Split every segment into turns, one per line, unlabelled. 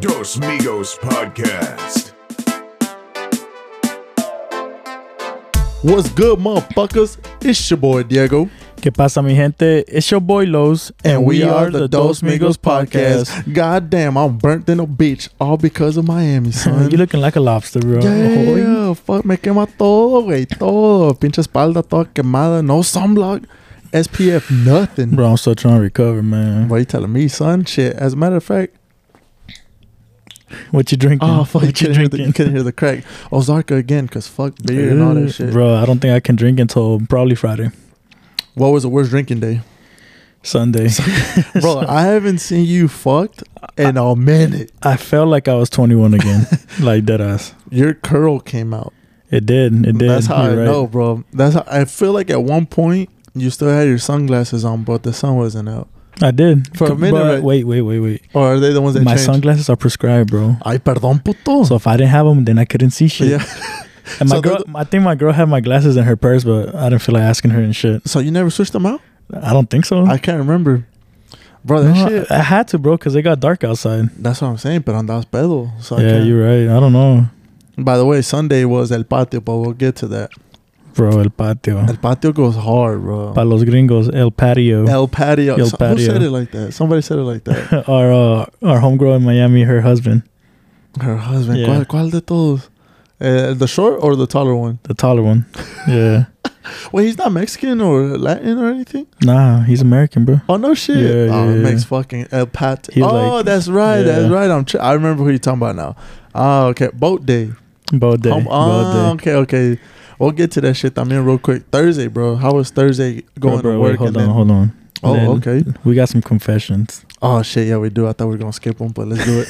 Dos Migos Podcast.
What's good, motherfuckers? It's your boy Diego,
¿Qué pasa, mi gente? It's your boy Lowe's,
God damn, I'm burnt in a bitch, all because of Miami, son.
you looking like a lobster, bro.
yeah, fuck, me quema todo, güey, todo. Pinche espalda toda quemada, no sunblock, SPF, nothing.
Bro, I'm still trying to recover, man.
What are you telling me, son? Shit. As a matter of fact,
What you drinking?
oh fuck, you
what
couldn't hear, the, you couldn't hear the crack. Ozarka again, cause fuck beer and all that shit.
Bro, I don't think I can drink until probably Friday,
What was the worst drinking day,
Sunday.
bro? I haven't seen you fucked in a minute.
I felt like I was 21 again, like dead ass.
Your curl came out.
It did. It did.
That's how
You're
I
right.
know, bro. That's how I feel like at one point you still had your sunglasses on, but the sun wasn't out.
I did.
For a
But
minute, right?
wait, wait, wait, wait.
Or are they the ones that
My
changed?
sunglasses are prescribed, bro.
Ay, perdón, puto.
So if I didn't have them, then I couldn't see shit.
yeah.
And my
So
girl, I think my girl had my glasses in her purse, but I didn't feel like asking her and shit.
So you never switched them out?
I don't think so.
I can't remember, bro. That
No,
shit.
I I had to, bro, because it got dark outside.
That's what I'm saying. But on that pedo. So I
yeah,
can't-
you're right. I don't know,
By the way, Sunday was El Patio, but we'll get to that.
bro. El patio.
El Patio goes hard, bro.
Para los gringos, el patio.
El Patio.
El
So- Who said
Patio.
it like that? Somebody said it like that.
our uh, our homegirl in Miami, her husband,
Her husband.
Yeah.
¿Cuál, cuál de todos? Uh, the short or the taller one?
the taller one. yeah.
Wait, he's not Mexican or Latin or anything?
Nah, he's American, bro.
Oh no shit!
Yeah,
oh,
yeah,
it
yeah.
makes fucking El Pat.
He's
oh,
like-
that's right. That's
yeah.
right. I'm. Tr- I remember who you're talking about now. Oh, okay. Boat day.
Both day.
Home- oh,
Both day.
okay, okay. We'll get to that shit. I mean, real quick. Thursday, bro. How was Thursday going
Bro, bro,
to
wait,
work?
hold
and
on,
then-
hold on.
oh,
then-
okay.
We got some confessions.
Oh shit. Yeah, we do. I thought we were gonna skip one, but let's do it.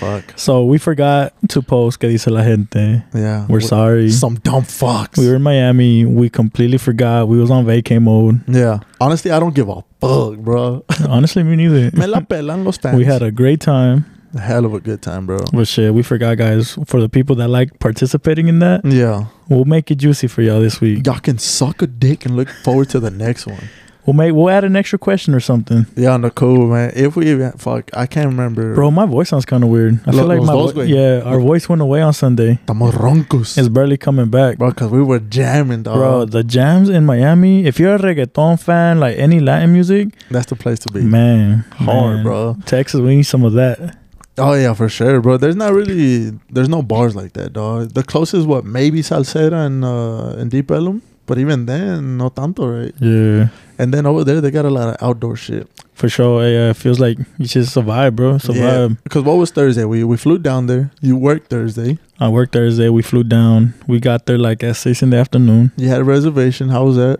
Fuck.
So we forgot to post que dice la gente.
Yeah.
We're sorry.
Some dumb fucks.
We were in Miami. We completely forgot. We was on vacay mode.
yeah. Honestly, I don't give a fuck, bro.
Honestly, me neither.
Me la pelan los fans.
We had a great time.
a hell of a good time, bro.
But shit, we forgot, guys. For the people that like participating in that,
Yeah.
we'll make it juicy for y'all this week.
Y'all can suck a dick and look forward to the next one.
We'll make we'll add an extra question or something.
Yeah, no, cool, man. If we even fuck, I can't remember.
Bro, my voice sounds kind of weird. I
Lo-
feel like
los
my
dos,
vo-
güey.
yeah, our voice went away on Sunday.
estamos roncos,
It's barely coming back.
bro, uh-huh. because we were jamming, dog.
Bro, the jams in Miami. If you're a reggaeton fan, like any Latin music,
That's the place to be.
man,
Hard,
man.
bro.
Texas, we need some of that.
Oh yeah, for sure, bro. There's not really, there's no bars like that, dog. The closest, what maybe Salsera and uh, and Deep Ellum, but even then, no tanto, right?
Yeah,
And then over there, they got a lot of outdoor shit.
for sure. Yeah, it uh, feels like you should survive, bro. Survive.
Because what was Thursday? We we flew down there. You worked Thursday.
I worked Thursday. We flew down. We got there like at six in the afternoon.
You had a reservation. How was that?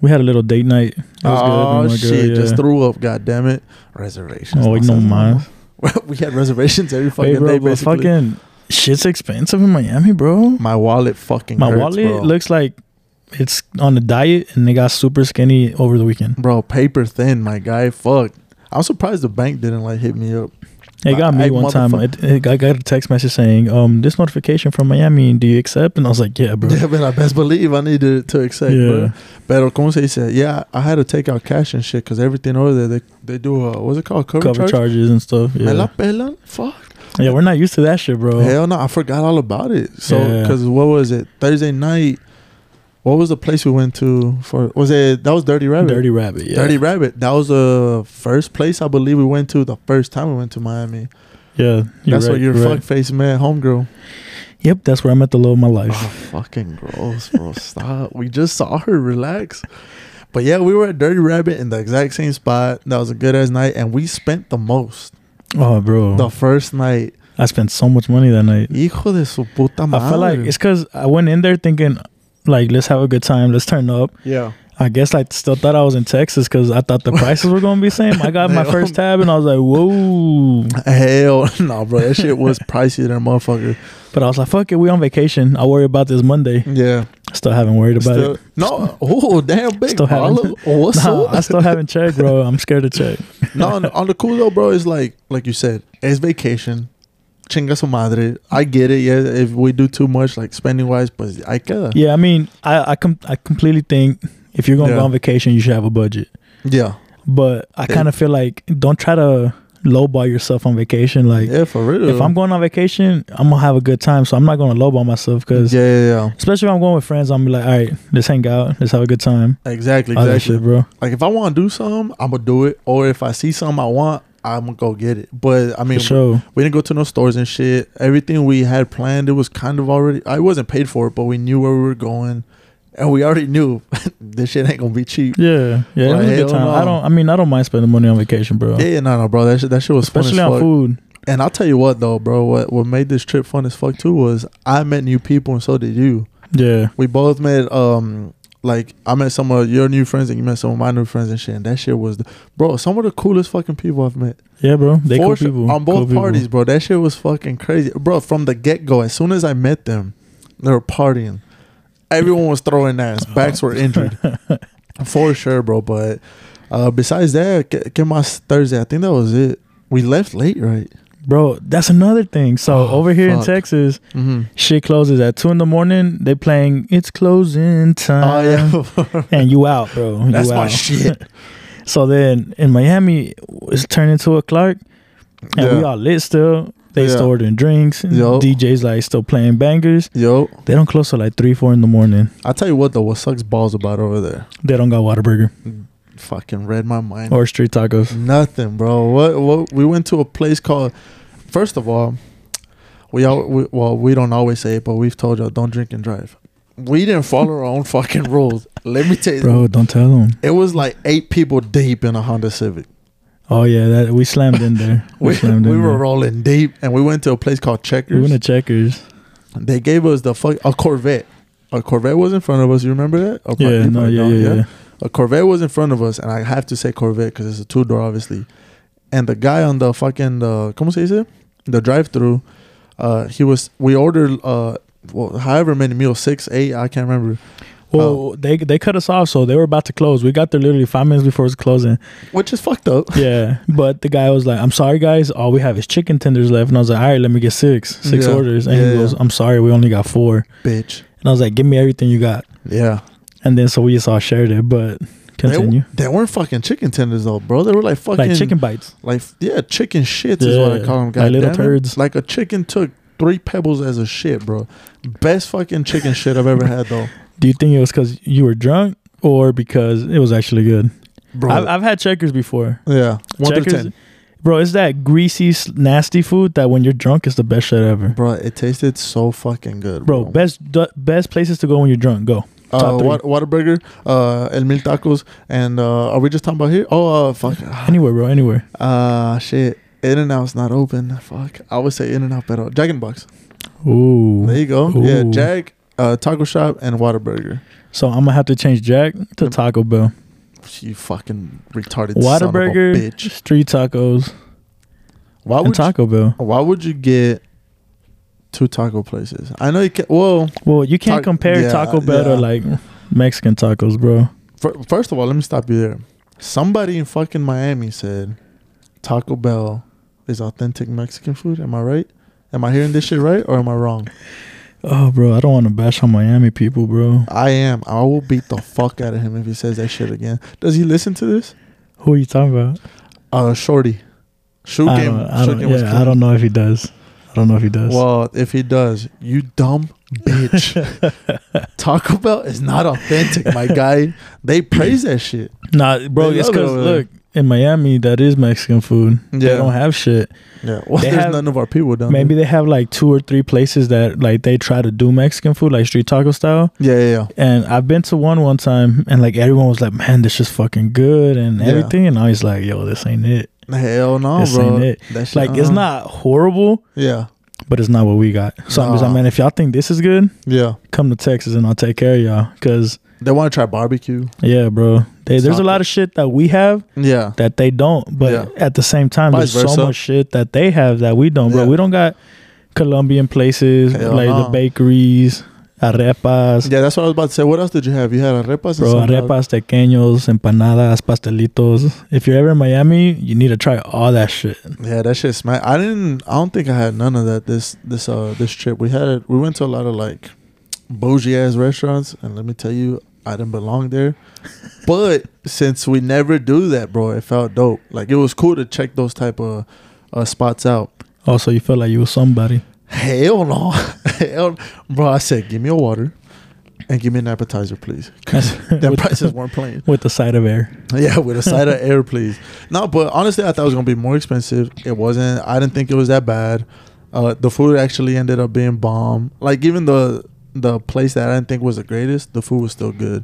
We had a little date night. It was
Oh
good. Me and my girl,
shit! Just
yeah.
threw up. God damn it! Reservations.
Oh, no,
says
man.
we had reservations every fucking
Hey, bro,
day.
but
Basically,
fucking shit's expensive in Miami, bro.
my wallet fucking.
My
hurts,
wallet
bro.
looks like it's on a diet and they got super skinny over the weekend.
bro, paper thin. My guy, fuck. I'm surprised the bank didn't like hit me up.
It got me
I-
one time.
motherfuck-
It, it, I got a text message saying, um, this notification from Miami, do you accept? And I was like, yeah, bro.
Yeah, but I best believe I needed to accept, bro.
Yeah.
Pero como se dice, yeah, I had to take out cash and shit because everything over there, they, they do, uh, what's it called? Cover,
Cover
charge?
charges and stuff.
Me la
Yeah.
pelan? Fuck.
yeah, we're not used to that shit, bro.
Hell no, I forgot all about it. So,
Yeah.
because what was it? Thursday night, what was the place we went to for, was it, that was Dirty Rabbit?
Dirty Rabbit. Yeah.
Dirty Rabbit. That was the first place I believe we went to the first time we went to Miami.
Yeah. you're
That's
right,
what your
you're
fuck
right.
face man, homegirl.
Yep. That's where I met the love of my life.
Oh, fucking gross, bro. Stop. We just saw her relax. But yeah, we were at Dirty Rabbit in the exact same spot. That was a good ass night, and we spent the most Uh-huh.
Oh, bro.
the first night.
I spent so much money that night.
Hijo de su puta madre.
I feel like it's because I went in there thinking, like, let's have a good time, let's turn up.
yeah.
I guess I still thought I was in Texas because I thought the prices were gonna be same. I got my
Damn.
first tab and I was like, whoa!
Hell no, bro. That shit was pricier than a motherfucker.
But I was like, fuck it, we on vacation. I'll worry about this Monday.
Yeah.
Still haven't worried about
Still-
it.
no. Oh, damn big.
Still haven't-
Paulo. What's
Nah,
up?
I still haven't checked, bro. I'm scared to check.
no, on, on the cool though, bro, it's like like you said, it's vacation. Chinga su madre. I get it. Yeah, if we do too much, like spending wise, but I can.
Yeah, I mean, I I, com- I completely think if you're gonna
Yeah.
go on vacation, you should have a budget.
Yeah.
But I
Okay.
kind of feel like don't try to lowball yourself on vacation. Like
Yeah, for real.
if I'm going on vacation, I'm gonna have a good time. So I'm not gonna lowball myself because
yeah, yeah,
especially if I'm going with friends, I'm gonna be like, all right, let's hang out, let's have a good time.
yeah. Exactly,
All that
exactly.
shit, bro.
Like if I want to do something, I'm gonna do it. Or if I see something I want, I'm gonna go get it. But I mean,
For sure.
we didn't go to no stores and shit. Everything we had planned, it was kind of already. I wasn't paid for it, but we knew where we were going, and we already knew this shit ain't gonna be cheap.
Yeah, yeah. it
Like,
was a
hell
good time.
no.
I don't. I mean, I don't mind spending money on vacation, bro.
Yeah, no, no, bro. That shit, that shit was fun as
especially on
fuck.
food.
And I'll tell you what, though, bro. What what made this trip fun as fuck too was I met new people, and so did you.
Yeah,
We both met. Um, like I met some of your new friends, and you met some of my new friends and shit. And that shit was, the, bro, some of the coolest fucking people I've met.
yeah, bro. They
For
cool
sure.
people
on both
Cool people.
parties, bro. That shit was fucking crazy, bro. From the get go, as soon as I met them, they were partying. Everyone was throwing ass. Backs were injured, for sure, bro. But uh, besides that, que- que mas Thursday, I think that was it. We left late, right?
bro. That's another thing. So
Oh,
over here in
fuck.
Texas,
Mm-hmm.
shit closes at two in the morning. They playing "It's Closing
Oh
Time,"
yeah,
Uh, and you out, bro. You
that's my
out.
shit.
So then in Miami, it's turned into a Clark, and we
Yeah.
all lit still. They
Yeah.
still ordering drinks. and
Yo.
DJs like still playing bangers.
Yo,
They don't close till like three, four in the morning.
I tell you what though, what sucks balls about over there,
They don't got Whataburger
fucking read my mind.
or street tacos.
Nothing, bro. What? What? We went to a place called. First of all, we all we, well we don't always say it, but we've told y'all don't drink and drive. We didn't follow our own fucking rules. Let me tell you,
Bro, don't tell them.
it was like eight people deep in a Honda Civic.
Oh yeah, that we slammed in there. We,
We,
slammed in
we were
there.
rolling deep, and we went to a place called
We
Checkers.
went to Checkers.
they gave us the fuck a Corvette. A Corvette was in front of us. You remember that? Or pro-
Yeah,
you
no,
probably
yeah,
don't,
yeah, yeah,
a Corvette was in front of us, and I have to say Corvette because it's a two door, obviously. And the guy on the fucking uh, ¿cómo se dice? The drive through, uh, he was. We ordered uh, well, however many meals, six, eight, I can't remember.
Well,
Oh.
they they cut us off, so they were about to close. We got there literally five minutes before it was closing.
Which is fucked up.
Yeah, but the guy was like, "I'm sorry, guys. All we have is chicken tenders left." And I was like, "All right, let me get six, six
Yeah.
orders." And
Yeah,
he goes,
yeah.
"I'm sorry, we only got four.
Bitch.
And I was like, "Give me everything you got."
Yeah.
And then so we just all shared it. But
They-
continue,
They, weren't fucking chicken tenders though, bro. They were like fucking
like chicken bites.
like yeah, chicken shits is what I
Yeah,
call them.
like
Guys,
little turds.
Like a chicken took three pebbles as a shit, bro. Best fucking chicken shit I've ever had though,
Do you think it was because you were drunk or because it was actually good?
bro.
I've, I've had Checkers before.
yeah, one through
Checkers-
ten.
Bro, it's that greasy, s- nasty food that when you're drunk is the best shit ever.
Bro, it tasted so fucking good,
Bro,
bro.
best du- best places to go when you're drunk. Go.
uh,
top three.
what Whataburger, uh, El Mil Tacos, and uh, are we just talking about here? Oh, uh, fuck.
Anywhere, bro. Anywhere.
Uh, shit. In and Out's not open. Fuck. I would say In and Out, but Jack in the Box.
Ooh.
There you go. Yeah,
Ooh.
Jack, uh, Taco Shop, and Whataburger.
So I'm gonna have to change Jack to
Mm.
Taco Bell,
You fucking retarded son of a
Whataburger,
bitch.
Street Tacos,
Why
and
would
Taco Bell.
you, Why would you get two taco places? I know you can. Well,
Well, you can't
Tac-
compare
yeah,
Taco Bell
yeah.
to like Mexican tacos, bro.
Fir- First of all, let me stop you there. Somebody in fucking Miami said Taco Bell is authentic Mexican food. Am I right? Am I hearing this shit right or am I wrong?
Oh, bro, I don't want to bash on Miami people, bro.
I am. I will beat the fuck out of him if he says that shit again. Does he listen to this?
Who are you talking about?
Uh, Shorty. Shoe
I
game.
don't, I
Shoe
don't,
game was
yeah, I
killing.
don't know if he does. I don't know if he does.
Well, if he does, you dumb bitch. Taco Bell is not authentic, my guy. They praise that shit.
Nah, bro,
They
it's
love it
because
over there.
look in Miami that is Mexican food. They
Yeah. Uh-huh.
don't have shit.
Yeah. Well,
They
there's
have-
none of our people down
Maybe they have like two or three places that like they try to do Mexican food, like street taco style.
there. Yeah, yeah, yeah.
And I've been to one one time, and like everyone was like, "Man, this is fucking good" and
Yeah.
everything. And I was like, "Yo, this ain't it."
Hell no,
This
bro.
ain't it.
That shit,
Like it's
uh-uh.
not horrible,
Yeah,
but it's not what we got. So I'm just like,
Nah.
man, if y'all think this is good,
yeah.
come to Texas and I'll take care of y'all. Cause
They want to try barbecue.
yeah, bro, they, there's a
Taco.
lot of shit that we have
Yeah,
that they don't. But
Yeah.
at the same time,
Vice
there's
versa.
so much shit that they have that we don't, bro.
Yeah.
We don't got Colombian places
Hell
like
no.
the bakeries, arepas,
yeah. That's what I was about to say. What else did you have? You had arepas.
bro.
and some- uh,
Arepas, tequeños, empanadas, pastelitos. If you're ever in Miami, you need to try all that shit.
Yeah, that shit smack. I didn't. I don't think I had none of that. This this uh this trip we had. We went to a lot of like bougie ass restaurants, and let me tell you, I didn't belong there. but since we never do that, bro, it felt dope. Like it was cool to check those type of uh, spots out.
Also, you felt like you was somebody.
Hell no, Hell, bro. I said, give me a water and give me an appetizer, please. Them
With-
prices weren't playing.
with the side of air.
Yeah, with a side of air, please. No, but honestly, I thought it was gonna be more expensive. It wasn't. I didn't think it was that bad. Uh, the food actually ended up being bomb. Like even the the place that I didn't think was the greatest, the food was still good.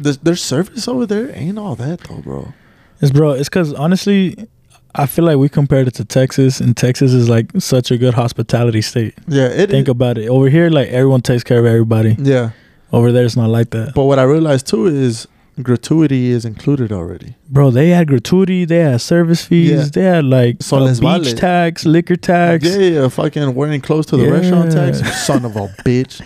The, their service over there ain't all that though, bro.
It's bro. It's because honestly, I feel like we compared it to Texas, and Texas is like such a good hospitality state.
Yeah, it.
Think about it. Over here, like everyone takes care of everybody.
yeah,
Over there, it's not like that.
but what I realized too is gratuity is included already.
Bro, they had gratuity, they had service fees,
Yeah.
they had like
So
a
les
beach
vale.
tax, liquor tax.
Yeah, yeah, yeah, fucking wearing clothes to the restaurant
Yeah.
tax, son of a bitch.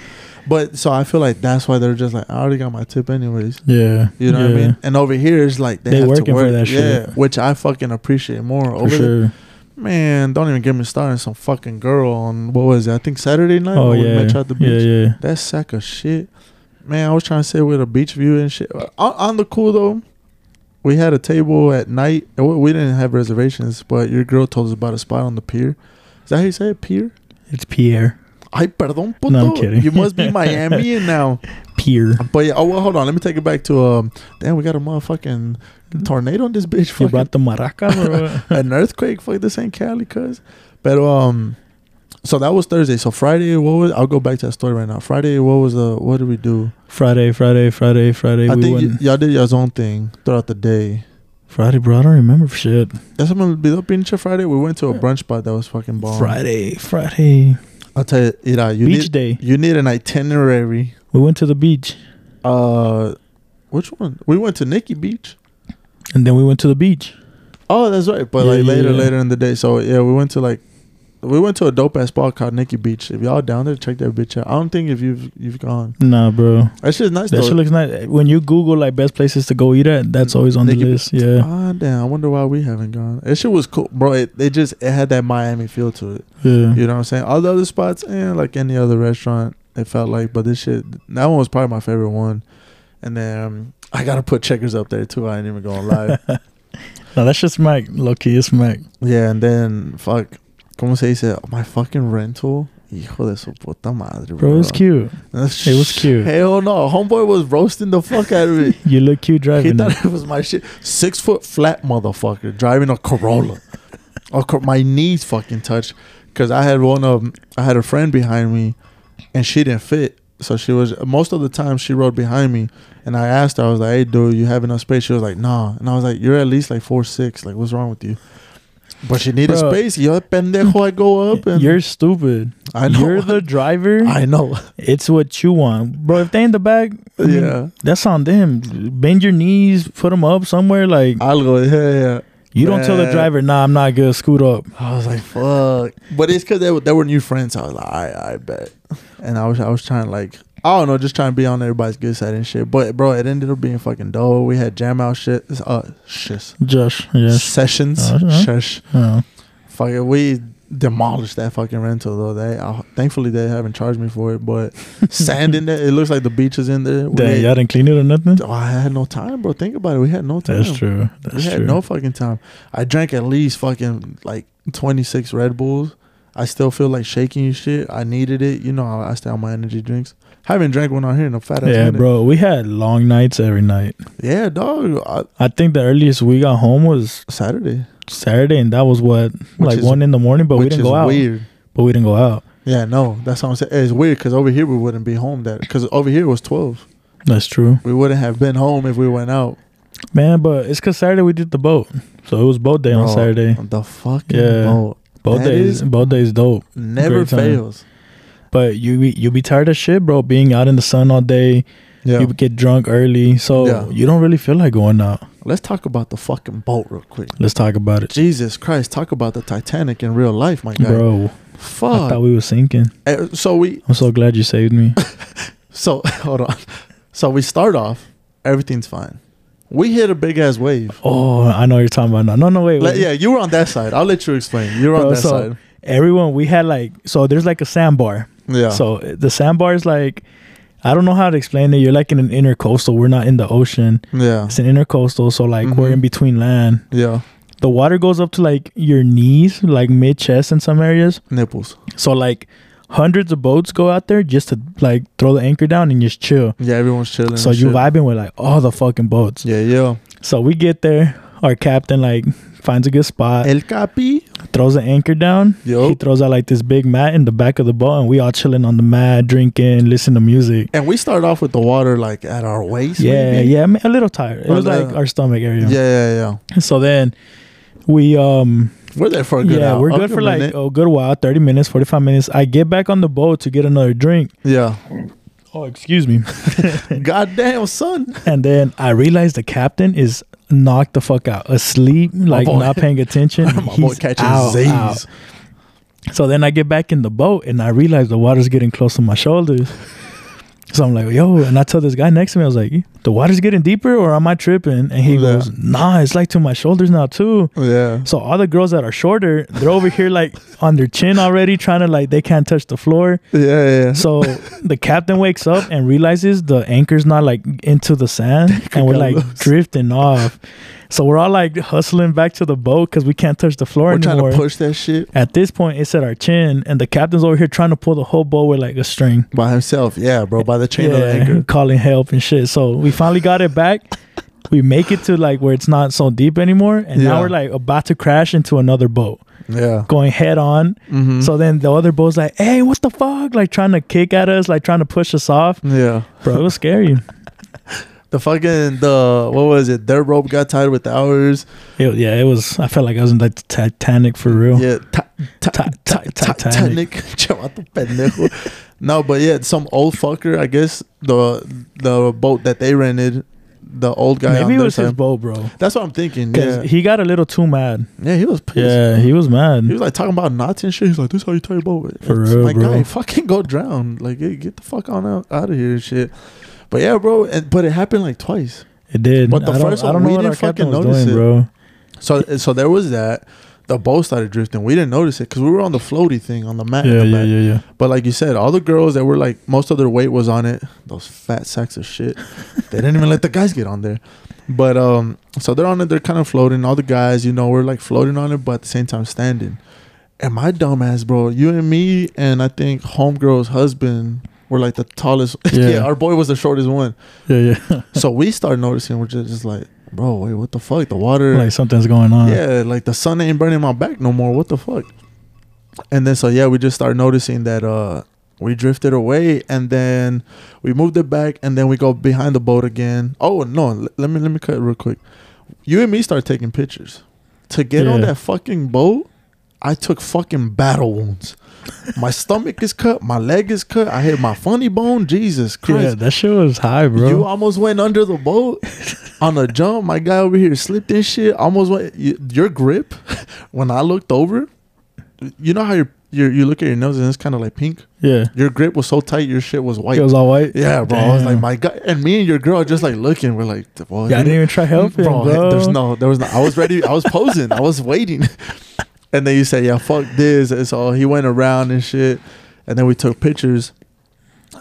But so I feel like that's why they're just like, I already got my tip anyways.
Yeah.
You know what I
Yeah.
mean? And over here, it's like they,
They
have to
working for
work.
that
yeah,
shit.
which I fucking appreciate more.
For
over there,
sure.
man, don't even get me started. on Some fucking girl on what was it? I think Saturday night.
Oh,
when we
yeah.
met you at the beach.
Yeah, yeah.
That sack of shit, man. I was trying to say with a beach view and shit. On, on the cool though, we had a table at night. and We we didn't have reservations, but your girl told us about a spot on the pier. Is that how you say it? Pier?
It's Pierre.
Ay, perdón, puto.
No, I'm kidding.
You must be Miami now.
Pierre.
But yeah, oh well, hold on. Let me take it back to um. Damn, we got a motherfucking tornado on this bitch.
You
Fucking
brought the maraca, bro.
an earthquake. Fuck this ain't Cali, cuz. But um, so that was Thursday. So Friday, what was? I'll go back to that story right now. Friday, what was the? What did we do?
Friday, Friday, Friday, Friday.
I
we
think
went.
y- y'all did y'all's own thing throughout the day.
Friday, bro. I don't remember shit.
That's what I'm gonna be pinche Friday. We went to a brunch spot that was fucking bomb.
Friday, Friday.
I'll tell you, Ira, you
beach
need
day.
you need an itinerary.
We went to the beach,
Uh, which one? We went to Nikki Beach.
and then we went to the beach.
Oh, that's right. But
Yeah,
like
yeah,
later,
yeah.
later in the day. So yeah, we went to like we went to a dope ass spot called Nikki Beach. If y'all down there, check that bitch out. I don't think if you've you've gone.
Nah, bro.
That shit's nice though.
That shit looks nice. When you Google like best places to go eat at, that's always on the
Nikki
list. Yeah,
Ah damn, I wonder why we haven't gone. That shit was cool, bro. It, it just it had that Miami feel to it.
yeah.
You know what I'm saying? All the other spots, and like any other restaurant, it felt like. But this shit, that one was probably my favorite one. And then um, I gotta put checkers up there too. I ain't even going live.
No, that's just Mac. Low key, it's Mac.
Yeah, and then fuck, como se dice? My fucking rental. Hijo de su puta madre,
Bro, it's cute.
That's-
It was cute.
Hell no, homeboy was roasting the fuck out of it.
You look cute
he
driving.
thought
it.
it was my shit. Six foot flat motherfucker driving a Corolla. A cor- my knees fucking touched because I had one of I had a friend behind me, and she didn't fit. So she was most of the time she rode behind me, and I asked her I was like, "Hey, dude, you have enough space?" She was like, "Nah," and I was like, "You're at least like four six. Like, what's wrong with you?" But she needed
Bro.
space. Yo, pendejo, I go up and
You're stupid.
I know.
You're the driver.
I know.
it's what you want, bro. If they in the back, I mean,
Yeah.
that's on them. Bend your knees, put them up somewhere. Like
Algo, yeah, yeah.
you don't tell the
man.
driver, nah, I'm not good. Scoot up.
I was like, fuck. But it's because they, were- they were new friends. I was like, all right, I bet. And I was I was trying to like I don't know, just trying to be on everybody's good side and shit. But bro, it ended up being fucking dope. We had jam out shit. Uh, shits.
Josh, yes.
Sessions.
Uh-huh.
Shush.
Oh.
Fucking, we demolished that fucking rental though. They uh, thankfully they haven't charged me for it. But sand in there. It looks like the beach is in there. We
Dang, y'all didn't clean it or nothing.
oh, I had no time, bro. Think about it. We had no time.
That's true.
We
That's
had
true.
no fucking time. I drank at least fucking like 26 Red Bulls. I still feel like shaking and shit. I needed it. You know how I stay on my energy drinks. haven't drank one out here in a fat ass
yeah,
minute.
bro. We had long nights every night.
Yeah, dog. I,
I think the earliest we got home was
Saturday.
Saturday, and that was what like
is-
one in the morning. But we
which
didn't
is
go out.
weird.
But we didn't go out.
Yeah, no. That's what I'm saying. It's weird because over here we wouldn't be home that. Because over here it was 12.
That's true,
We wouldn't have been home if we went out.
man. But it's cause Saturday we did the boat, so it was boat day on
Bro,
Saturday.
The fucking
Yeah.
boat
Both
that is-
days, both days, dope.
never
Great time.
fails.
But you be- you be tired of shit, bro. Being out in the sun all day,
Yeah.
you get drunk early, so
Yeah.
you don't really feel like going out.
Let's talk about the fucking boat real quick.
Let's talk about it,
Jesus Christ, talk about the Titanic in real life, my guy.
bro. I
Fuck.
thought we were sinking.
Eh, so we
I'm so glad you saved me.
so hold on. So we start off, everything's fine. We hit a big ass wave.
oh, I know what you're talking about now. No, no, wait,
Like,
wait.
yeah, you were on that side. I'll let you explain. You're on
Bro,
that
so
side.
everyone we had like so there's like a sandbar.
Yeah.
So the sandbar is like I don't know how to explain it. You're like in an intercoastal. We're not in the ocean.
Yeah.
It's an intercoastal, so like we're
Mhm.
in between land.
Yeah.
The water goes up to like your knees, like mid chest in some areas.
Nipples.
So like hundreds of boats go out there just to like throw the anchor down and just chill.
Yeah, everyone's chilling.
So
and
you
shit.
vibing with like all the fucking boats.
Yeah, yeah.
So we get there. Our captain like finds a good spot,
El Capi.
throws the anchor down. He
Yo.
throws out like this big mat in the back of the boat, and we all chilling on the mat, drinking, listening to music.
And we start off with the water like at our waist.
Yeah,
maybe?
yeah, I'm a little tired. It
Or
was
the-
like our stomach area.
Yeah, yeah, yeah.
So then we um
We're there for a good
yeah
hour.
we're
a
good for like
minute.
a good while, thirty minutes, forty five minutes. I get back on the boat to get another drink.
Yeah.
Oh, excuse me.
Goddamn, son.
and then I realize the captain is knocked the fuck out, asleep, like
boy-
not paying attention.
My boy
He's
catching
out,
Z's.
out. So then I get back in the boat and I realize the water's getting close to my shoulders. So I'm like, yo, and I tell this guy next to me, I was like, the water's getting deeper or am I tripping? And he
Yeah.
goes, nah, it's like to my shoulders now too.
Yeah.
So all the girls that are shorter, they're over here like on their chin already, trying to like they can't touch the floor.
Yeah, yeah.
So the captain wakes up and realizes the anchor's not like into the sand, and we're like
loose.
drifting off. So we're all like hustling back to the boat because we can't touch the floor
We're
anymore.
trying to push that shit
At this point, it's at our chin, and the captain's over here trying to pull the whole boat with like a string,
by himself. Yeah, bro. By the chain of the
Yeah,
anchor.
calling help and shit. So we finally got it back. We make it to like where it's not so deep anymore, and
Yeah.
now we're like about to crash into another boat,
Yeah.
going head on.
Mhm.
So then the other boat's like, "Hey, what the fuck?" Like trying to kick at us, like trying to push us off.
Yeah.
Bro, it was scary.
The fucking the what was it? Their rope got tied with ours.
It, yeah, it was. I felt like I was in the Titanic for real.
Yeah, ti- ti-
Ti- ti-
ti- Titanic.
Oh, Titanic.
Chavato pendejo. no, but yeah, some old fucker. I guess the the boat that they rented, the old guy.
Maybe
on
it
their
was his
side-
boat, bro.
That's what I'm thinking.
Because
Yeah,
he got a little too mad.
yeah, he was pissed.
Yeah, he was mad.
He was like talking about knots and shit. He's like, "This is how you tie a boat."
For
It's
real,
like,
bro.
guy, fucking go drown. Like, hey, get the fuck on out, out of here, and shit. But yeah, bro. And, but it happened like twice.
it did.
But the
I don't,
first
I
one,
don't know
we
what our
didn't
captain
fucking
was
notice
doing,
it.
bro.
So so there was that. The boat started drifting. We didn't notice it because we were on the floaty thing on the mat. in
Yeah,
the
yeah,
back.
yeah, yeah.
But like you said, all the girls that were like most of their weight was on it. Those fat sacks of shit. they didn't even let the guys get on there. But um, so they're on it. They're kind of floating. All the guys, you know, we're like floating on it, but at the same time standing. And my dumbass, bro, you and me, and I think homegirl's husband were like the tallest. Yeah,
Yeah.
our boy was the shortest one.
Yeah, yeah.
So we start noticing. We're just, just like, bro, wait, what the fuck? The water,
like something's going on.
yeah, like the sun ain't burning my back no more. What the fuck? And then so yeah, we just started noticing that uh we drifted away and then we moved it back and then we go behind the boat again. Oh no, l- let me let me cut real quick. You and me start taking pictures. To get on
Yeah.
that fucking boat, I took fucking battle wounds. My stomach is cut, my leg is cut, I hit my funny bone. Jesus Christ.
Yeah, that shit was high,
You
bro.
almost went under the boat on a jump. My guy over here slipped and shit. Almost went. You, your grip, when I looked over, you know how you're, you you look at your nose and it's kind of like pink.
yeah,
Your grip was so tight, your shit was white.
it was all white.
yeah, bro. I was like,
Damn.
my guy, and me and your girl just like looking. We're like, well,
yeah, I didn't even try helping, bro.
There's no, there was no. I was ready. I was posing. I was waiting. And then you say, yeah, fuck this. And so he went around and shit. And then we took pictures.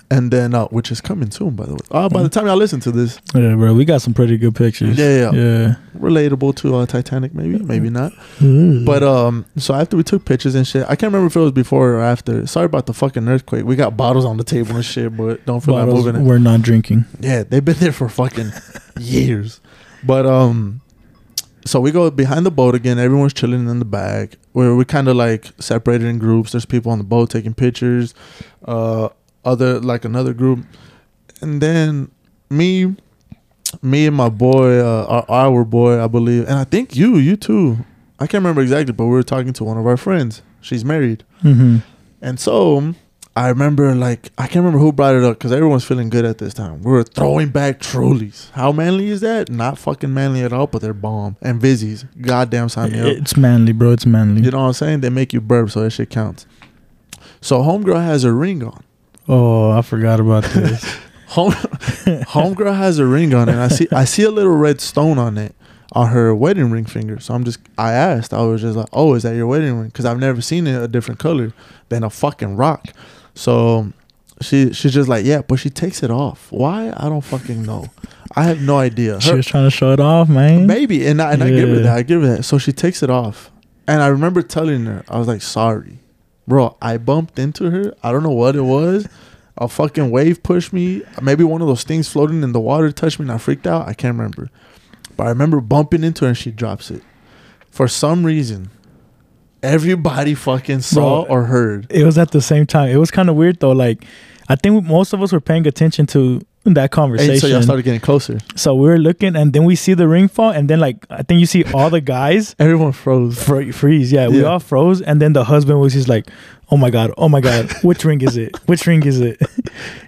And then, uh, which is coming soon, by the way. Uh, by the
Mm-hmm.
time y'all listen to this,
Yeah, bro. We got some pretty good pictures.
Yeah,
yeah.
relatable to uh, Titanic, maybe,
Mm-hmm.
maybe not.
yeah.
But um, so after we took pictures and shit, I can't remember if it was before or after. Sorry about the fucking earthquake. We got bottles on the table and shit, but don't feel like
Bottles
moving it.
we're not drinking.
Yeah, they've been there for fucking years. But um, so we go behind the boat again. Everyone's chilling in the back. Where we kind of like separated in groups. There's people on the boat taking pictures. Uh, other like another group, and then me, me and my boy, uh, our, our boy, I believe, and I think you, you too. I can't remember exactly, but we were talking to one of our friends. She's married.
Mm-hmm.
And so I remember, like, I can't remember who brought it up because everyone's feeling good at this time. We were throwing back Trulies. How manly is that? Not fucking manly at all, but they're bomb. And Vizzies. Goddamn, sign me up.
It's manly, bro. It's manly.
You know what I'm saying? They make you burp, so that shit counts. So Homegirl has a ring on.
Oh, I forgot about this.
Home Homegirl has a ring on, and I see I see a little red stone on it on her wedding ring finger. So I'm just I asked. I was just like, "Oh, is that your wedding ring?" Because I've never seen it a different color than a fucking rock. So She she's just like, yeah, but she takes it off. Why? I don't fucking know. I have no idea.
She
Her-
was trying to show it off, man.
Maybe, and I, and I give her
Mm-hmm. Yeah.
that. I give her that. So she takes it off, and I remember telling her, I was like, "Sorry, bro. I bumped into her. I don't know what it was. A fucking wave pushed me. Maybe one of those things floating in the water touched me, and I freaked out. I can't remember, but I remember bumping into her, and she drops it. For some reason, everybody fucking saw
Bro.
or heard.
It was at the same time. It was kind of weird though. Like, I think most of us were paying attention to that conversation.
And so y'all started getting closer.
So we were looking, and then we see the ring fall, and then like I think you see all the guys
Everyone froze.
fr- freeze. Yeah, we
Yeah.
all froze, and then the husband was just like, "Oh my god, oh my god, which ring is it? Which ring is it?"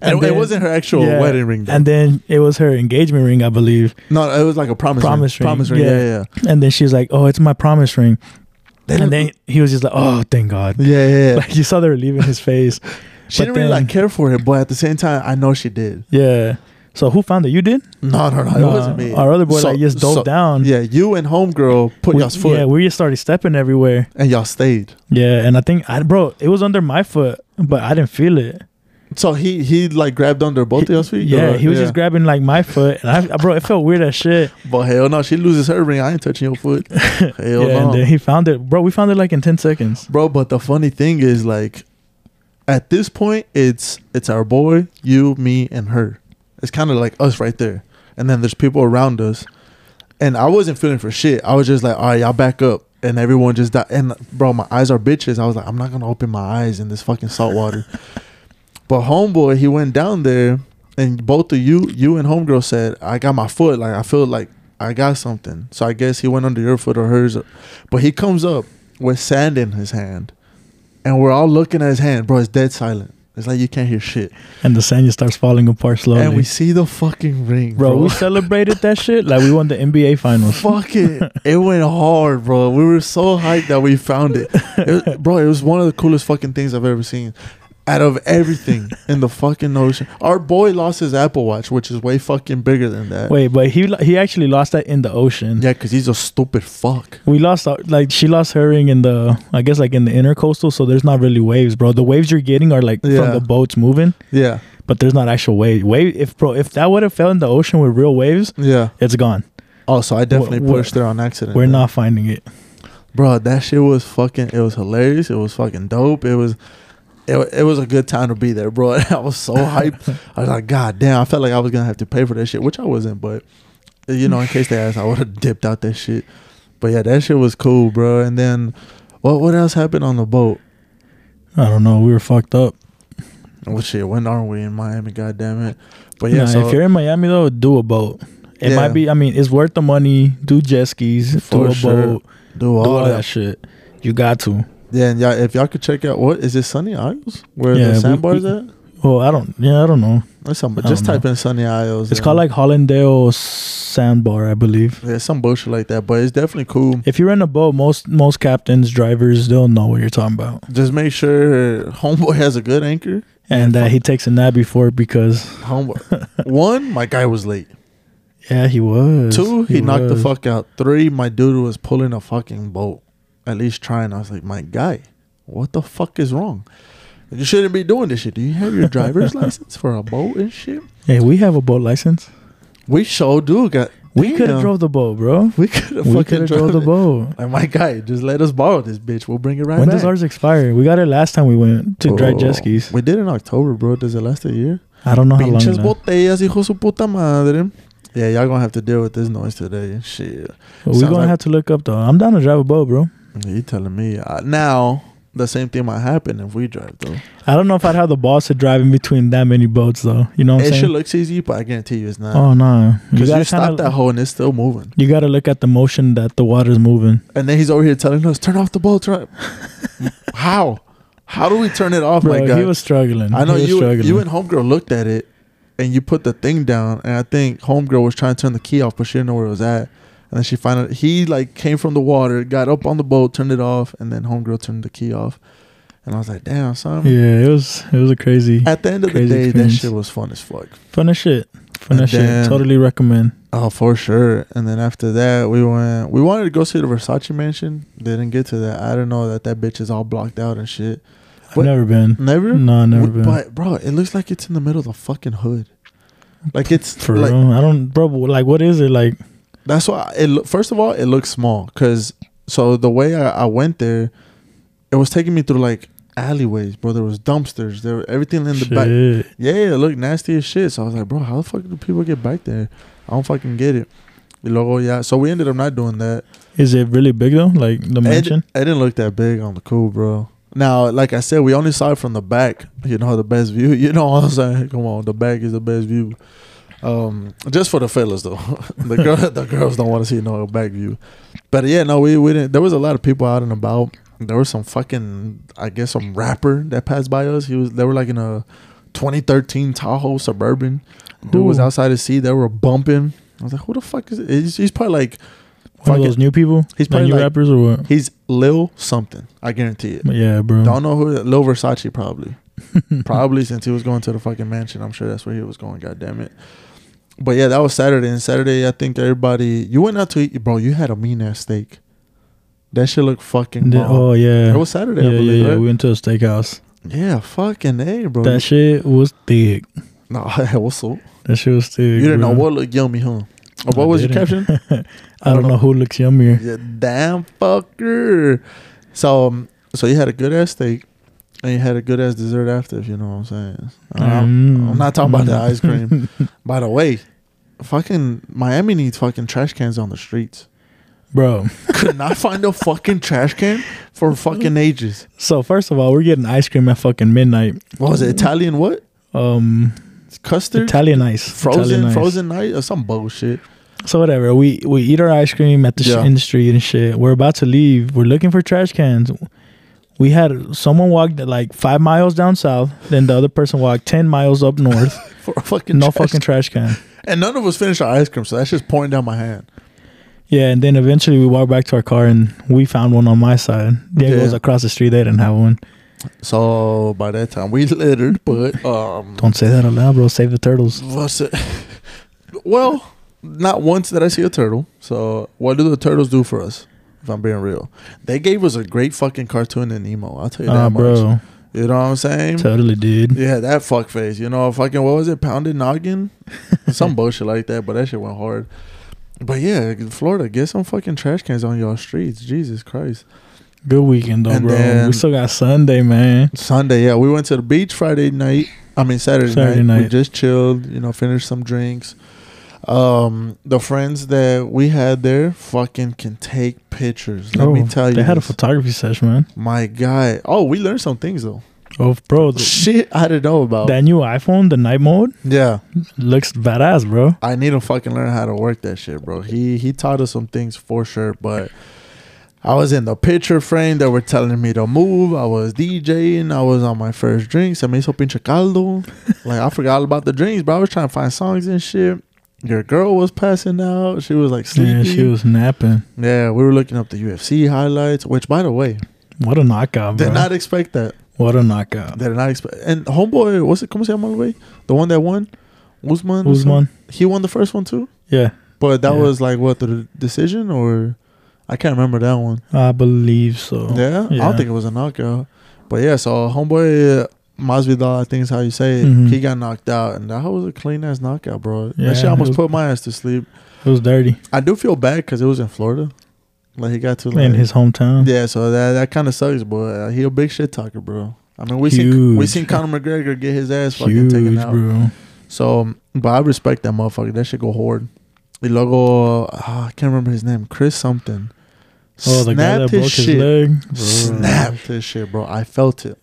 And, it
then-
wasn't her actual
yeah,
wedding ring. Though.
And then it was her engagement ring, I believe.
no, it was like a promise,
Promise
ring.
ring,
Promise ring.
yeah.
Yeah, yeah,
And then she's like, "Oh, it's my promise ring."
They
and
don't-
then he was just like, "Oh, thank God!"
yeah. yeah, yeah, yeah.
Like you saw the relief in his face.
She
But
didn't really
then-
like care for it, but at the same time, I know she did.
Yeah. So who found it? You did?
No, no, no, Uh, it
No,
wasn't me.
our other boy, like, just dove down.
Yeah, you and homegirl put
We-
y'all's foot,
Yeah, we just started stepping everywhere.
and y'all stayed.
Yeah, and I think, I, bro, it was under my foot, but I didn't feel it.
So he he like grabbed under both of y'all's feet.
Yeah,
or-
he was just grabbing like my foot, and I, bro, it felt weird as shit.
But hell no, she loses her ring. I ain't touching your foot. hell
yeah,
no,
and then he found it, bro. We found it like in ten seconds.
bro. But the funny thing is, like, at this point, it's it's our boy, you, me, and her. It's kind of like us right there, and then there's people around us. And I wasn't feeling for shit. I was just like, all right, y'all back up. And everyone just died. And bro, my eyes are bitches. I was like, I'm not gonna open my eyes in this fucking salt water. but homeboy, he went down there, and both of you, you and homegirl said, I got my foot. Like I feel like I got something. So I guess he went under your foot or hers. But he comes up with sand in his hand, and we're all looking at his hand, bro. It's dead silent. It's like you can't hear shit.
And the sand just starts falling apart slowly.
And we see the fucking ring,
bro,
bro.
we celebrated that shit like we won the NBA finals.
Fuck it. It went hard, bro. We were so hyped that we found it. It was- Bro, it was one of the coolest fucking things I've ever seen. Out of everything in the fucking ocean. Our boy lost his Apple Watch, which is way fucking bigger than that.
Wait, but he lo- he actually lost that in the ocean.
Yeah, because he's a stupid fuck.
We lost our, like she lost her ring in the I guess like in the intercoastal, so there's not really waves, bro. The waves you're getting are like
Yeah.
from the boats moving,
Yeah.
but there's not actual wave. Wave if bro, if that would have fell in the ocean with real waves,
Yeah.
it's gone.
Oh, so I definitely
We're-
pushed there on accident.
We're
then.
not finding it.
Bro, that shit was fucking. It was hilarious. It was fucking dope. It was, it, wa- it was a good time to be there, bro. I was so hyped. I was like, God damn! I felt like I was gonna have to pay for that shit, which I wasn't. But you know, in case they asked, I would have dipped out that shit. But yeah, that shit was cool, bro. And then, what what else happened on the boat?
I don't know. We were fucked up.
Well, Oh, shit, when are we in Miami? God damn it! But yeah,
Yeah,
so,
if you're in Miami though, do a boat. It
Yeah.
might be. I mean, it's worth the money. Do jet skis.
For
do a
sure.
boat.
do all,
do all
that.
that. shit. You got to.
yeah, and y'all, if y'all could check out what is it, Sunny Isles, where
Yeah,
the
we-
sandbars
we-
at?
Well, I don't. Yeah, I don't know.
Or something.
I
Just
don't know.
type in Sunny Isles.
It's
and-
called like Hollandale Sandbar, I believe.
Yeah, some bullshit like that, but it's definitely cool.
If you're in a boat, most most captains, drivers, they'll know what you're talking about,
Just make sure homeboy has a good anchor.
and that he takes a nap before because
Homeboy, one, my guy was late.
yeah, he was.
Two, he, knocked the
was.
fuck out. Three, my dude was pulling a fucking boat, at least trying. I was like, my guy, what the fuck is wrong? You shouldn't be doing this shit. Do you have your driver's license for a boat and shit?
Hey, we have a boat license.
We sure do. Got
We could have
Damn.
drove the boat, bro.
We could have
We
fucking
could have
drove
drove the
it.
boat.
Like my guy, just let us borrow this bitch. We'll bring it right
When
back.
does ours expire? We got it last time we went to dry
Oh,
jet skis.
We did in October, bro. Does it last a year?
I don't know how long.
Pinches
now.
botellas, hijo su puta madre. Yeah, y'all gonna have to deal with this noise today. Shit.
We're
Sounds
gonna
like-
have to look up though. I'm down to drive a boat, bro.
You telling me uh, now the same thing might happen if we drive though.
I don't know if I'd have the balls to drive in between that many boats though. You know what I'm
It
saying?
should looks easy, but I guarantee you it's not.
oh no, you
Because you,
gotta
stop
kind
that
of
hole and it's still moving.
you gotta look at the motion that the water's moving.
And then he's over here telling us, turn off the boat, turn off." How? How do we turn it off,
Bro,
Oh my guy?
he was struggling.
I know
He was
you
struggling.
you and Homegirl looked at it and you put the thing down and I think Homegirl was trying to turn the key off but she didn't know where it was at. And then she finally he like came from the water, got up on the boat, turned it off, and then Homegirl turned the key off. And I was like, damn, son.
yeah, it was it was a crazy
At the end of the
Crazy
day, that
experience.
shit was fun as fuck.
fun as shit. Fun as shit.
Damn.
Totally recommend.
Oh, for sure. And then after that, we went. We wanted to go see the Versace mansion. Didn't get to that. I don't know that that bitch is all blocked out and shit. What? Hmm?
Never been.
Never?
No, never been.
But bro, it looks like it's in the middle of the fucking hood. Like it's
For
like
real, I don't, bro. but, Like, what is it like?
that's why it. loo- First of all, it looks small because so the way I, I went there, it was taking me through like alleyways, bro. There was dumpsters, there were everything in the back.
Shit.
Yeah, it looked nasty as shit. So I was like, bro, how the fuck do people get back there? I don't fucking get it. Y luego, yeah. So we ended up not doing that.
Is it really big though? Like the
It,
mansion?
it didn't look that big on the cool, bro. Now, like I said, we only saw it from the back. You know, the best view. You know what I'm saying? Come on, the back is the best view. Um, just for the fellas though. the girl, the girls don't want to see no back view. But yeah, no, we we didn't. There was a lot of people out and about. There was some fucking, I guess, some rapper that passed by us. He was. They were like in a 2013 Tahoe Suburban. Dude was
Ooh.
outside to see. They were bumping. I was like, who the fuck is? It? He's, he's probably like,
One of
fucking-
those new people?
he's
like
probably
new
like-
rappers or what?
he's Lil something. I guarantee it.
But yeah, bro.
Don't know who Lil Versace probably. probably since he was going to the fucking mansion. I'm sure that's where he was going, god damn it. But yeah, that was Saturday. And Saturday I think everybody you went out to eat bro, you had a mean ass steak. That shit looked fucking
The-
bomb.
oh yeah.
It was Saturday,
yeah,
I believe.
yeah, yeah.
right?
We went to a steakhouse.
yeah, fucking A, bro.
That shit was thick.
no, what's up?
That shit was thick.
You didn't know
bro.
what looked yummy, huh? Or
I
what was your
didn't.
caption?
I don't know who looks yummier.
you damn fucker. So, um, so you had a good ass steak, and you had a good ass dessert after, if you know what I'm saying. Uh, I'm-
Mm.
I'm not talking about the ice cream. By the way, fucking Miami needs fucking trash cans on the streets.
Bro.
Could not find a fucking trash can for fucking ages.
So first of all, we're getting ice cream at fucking midnight.
What was it?
Mm.
Italian what?
Um
Custard?
Italian ice. Italian
frozen,
ice.
frozen night or some bullshit.
So whatever. We we eat our ice cream at the
Yeah.
sh- in the street and shit. We're about to leave. We're looking for trash cans. We had someone walked like five miles down south, then the other person walked ten miles up north.
For a fucking
no
trash
fucking
can.
trash can.
and none of us finished our ice cream, so that's just pouring down my hand.
Yeah, and then eventually we walked back to our car and we found one on my side. Diego's
Yeah.
across the street. They didn't have one.
So by that time we littered, but um,
Don't say that out loud, bro. Save the turtles.
What's it? Well, not once did I see a turtle. So what do the turtles do for us? If I'm being real, they gave us a great fucking cartoon in Nemo. I'll tell you that
Ah,
much.
bro.
You know what I'm saying?
Totally, dude.
yeah, that fuck face. You know, fucking what was it? Pounded noggin, some bullshit like that. But that shit went hard. But yeah, Florida, get some fucking trash cans on y'all streets. Jesus Christ.
Good weekend though,
And
bro.
then-
we still got Sunday, man.
Sunday, yeah, we went to the beach Friday night. I mean Saturday,
Saturday
night. We
night.
just chilled, you know, finished some drinks. Um, the friends that we had there fucking can take pictures. Let me tell you,
Oh, they had a
this.
photography session, man.
my guy. Oh, we learned some things though.
Oh, bro, the,
Shit, I didn't know about.
that new iPhone, the night mode,
yeah,
looks badass, bro.
I need to fucking learn how to work that shit, bro. He he taught us some things for sure, but. I was in the picture frame. They were telling me to move. I was DJing. I was on my first drink. Se me hizo pinche caldo. Like, I forgot all about the drinks, but I was trying to find songs and shit. Your girl was passing out. She was like sleepy.
Yeah, she was napping.
Yeah, we were looking up the UFC highlights, which, by the way,
What a knockout, bro.
did not expect that.
what a knockout.
Did not expect. And homeboy, what's it? Come see my way. The one that won, Usman. or
Usman.
something? He won the first one too.
Yeah,
But that
Yeah.
was like what the decision or I can't remember that one.
I believe so.
Yeah? I
Oh, Yeah.
don't think it was a knockout. But yeah, so homeboy uh, Masvidal, I think is how you say it.
Mhm.
He got knocked out, and that was a clean ass knockout, bro.
Yeah,
that shit
it
almost
was-
put my ass to sleep.
It was dirty
I do feel bad because it was in Florida. Like he got to like
in his hometown.
yeah, so that that kind of sucks, but uh, he a big shit talker, bro. I mean, we seen
Huge.
we seen Conor McGregor get his ass fucking taken
Huge,
out.
bro.
So, um, but I respect that motherfucker. That shit go hard. The logo, ah, I can't remember his name, Chris something.
Oh, the guy that broke his leg. Bro.
Snapped his shit, bro. I felt it.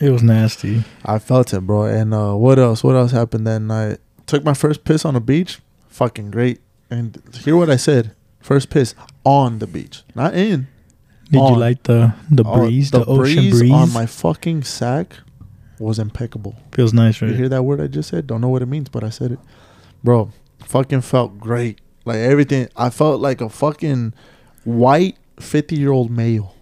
It was nasty.
I felt it, bro. And uh, what else? What else happened that night? Took my first piss on the beach. Fucking great. And hear what I said. First piss on the beach, not in.
Did you
On-
like the the
Oh,
breeze, the, ocean breeze?
on my fucking sack was impeccable.
Feels nice,
You
right?
hear that word I just said? Don't know what it means, but I said it. Bro, fucking felt great. Like everything, I felt like a fucking white 50 year old male.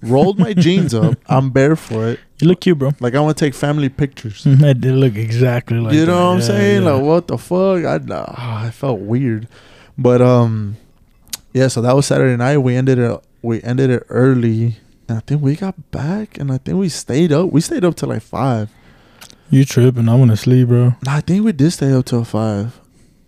Rolled my jeans up. I'm barefoot.
You look cute, bro.
Like I want to take family pictures.
it did look exactly Mm, like
you
that.
know what I'm
Yeah,
saying?
yeah.
Like what the fuck? I ah, I felt weird, but um, yeah. So that was Saturday night. We ended it. We ended it early And I think we got back, and I think we stayed up. We stayed up till like five.
You tripping? I want to sleep, bro.
No, I think we did stay up till five.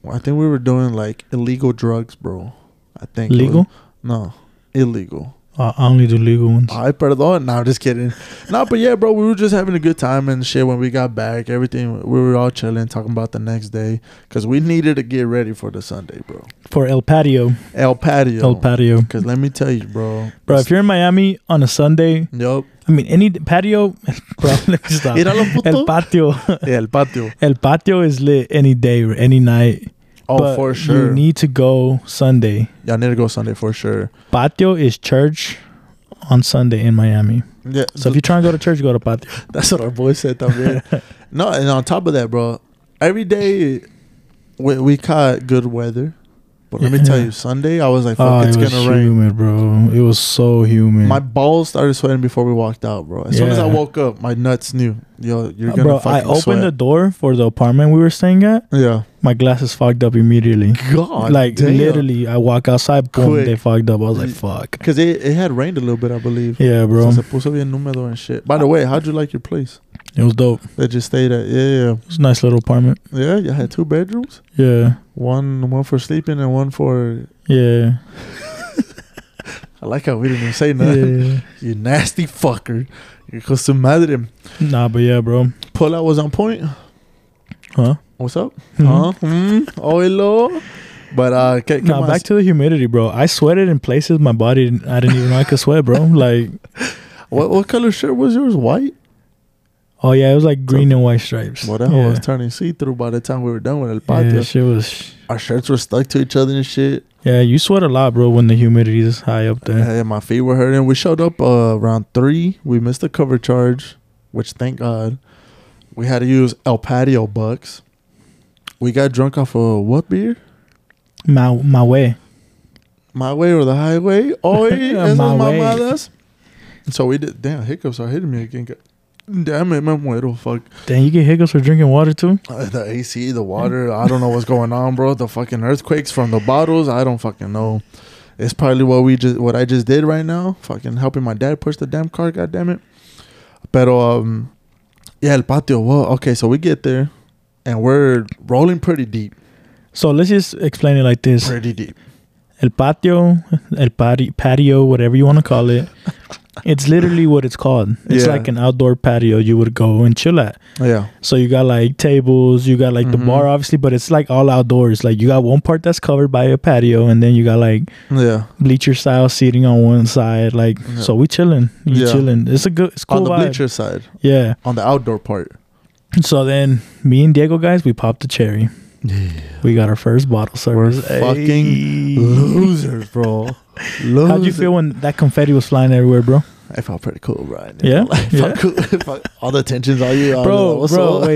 I think we were doing like illegal drugs, bro. I think it was-
Legal?
No, illegal.
I I only do legal ones.
I perdon. No, just kidding. no, but yeah, bro, we were just having a good time and shit when we got back. Everything we were all chilling, talking about the next day because we needed to get ready for the Sunday, bro.
For El Patio.
El patio.
El Patio.
Because let me tell you, bro.
Bro, if you're in Miami on a Sunday,
Yup.
I mean, any patio, bro, let me stop.
Mira lo
El
puto.
Patio.
Yeah, el patio.
El Patio is lit any day or any night.
Oh,
but
for sure.
You need to go Sunday.
Y'all need to go Sunday for sure.
Patio is church on Sunday in Miami.
Yeah.
So if you try and go to church, go to Patio.
That's what our boy said también. no, and on top of that, bro, every day we, we caught good weather. But let me
Yeah.
tell you, Sunday I was like,
Oh,
"Fuck, it's
it was
gonna rain."
humid, bro. It was so humid.
My balls started sweating before we walked out, bro. As soon as I
Yeah.
woke up, my nuts knew, yo, you're
Uh,
gonna
bro,
fucking
I opened the
sweat.
door for the apartment we were staying at.
yeah,
My glasses fogged up immediately.
God,
like literally, I walk outside, boom,
Quick. Mm.
they fogged up. I was like, fuck.
because it, it had rained a little bit, I believe.
Yeah, bro.
So se puso bien húmedo and shit. By the way, how'd you like your place
It was dope.
that you stayed at? Yeah,
It was a nice little apartment.
yeah, yeah. You had two bedrooms,
Yeah.
one one for sleeping and one for.
Yeah.
I like how we didn't even say nothing.
yeah.
You nasty fucker. Hijo de su madre.
Nah, but yeah, bro.
Pullout was on point.
Huh?
What's up?
Mhm.
Huh? Mm, oilo. But uh, can,
Nah, back to the humidity, bro. I sweated in places my body didn't, I didn't even know I could sweat, bro. Like,
what, what color shirt was yours? White.
oh yeah, it was like green and white stripes.
Well, that
yeah.
was turning see through by the time we were done with el patio.
Yeah, shit was.
Our shirts were stuck to each other and shit.
Yeah, you sweat a lot, bro, when the humidity is high up there.
Yeah, my feet were hurting. We showed up uh, around three. We missed the cover charge, which thank God. We had to use El Patio bucks. We got drunk off of what beer?
My my way.
My way or the highway? Oh, esas
My way.
mamadas. So we did. Damn, hiccups are hitting me again. Damn it, me muero. Fuck.
Damn, you get hiccups for drinking water too.
Uh, The AC, the water. I don't know what's going on, bro. The fucking earthquakes from the bottles. I don't fucking know. It's probably what we just, what I just did right now. Fucking helping my dad push the damn car. God damn it. Pero um, yeah, el patio. Well, okay. So we get there, and we're rolling pretty deep.
So let's just explain it like this:
Pretty deep.
El patio, el pati- patio, whatever you want to call it. It's literally what it's called. It's
Yeah.
like an outdoor patio you would go and chill at.
Yeah.
So you got like tables, you got like the
Mhm.
bar, obviously, but it's like all outdoors. Like you got one part that's covered by a patio, and then you got like
Yeah.
bleacher style seating on one side. Like
Yeah.
so, we chilling, you
Yeah.
chilling. It's a good, it's cool
on the
vibe.
bleacher side,
Yeah.
on the outdoor part.
So then, me and Diego guys, we popped the cherry. We got our first bottle service. Ayy.
fucking losers, bro. Losers.
How'd you feel when that confetti was flying everywhere, bro?
I felt pretty cool, Brian.
Yeah?
I felt
Yeah?
cool. I felt- all the tensions on you, I was
Bro,
like, what's
bro,
up?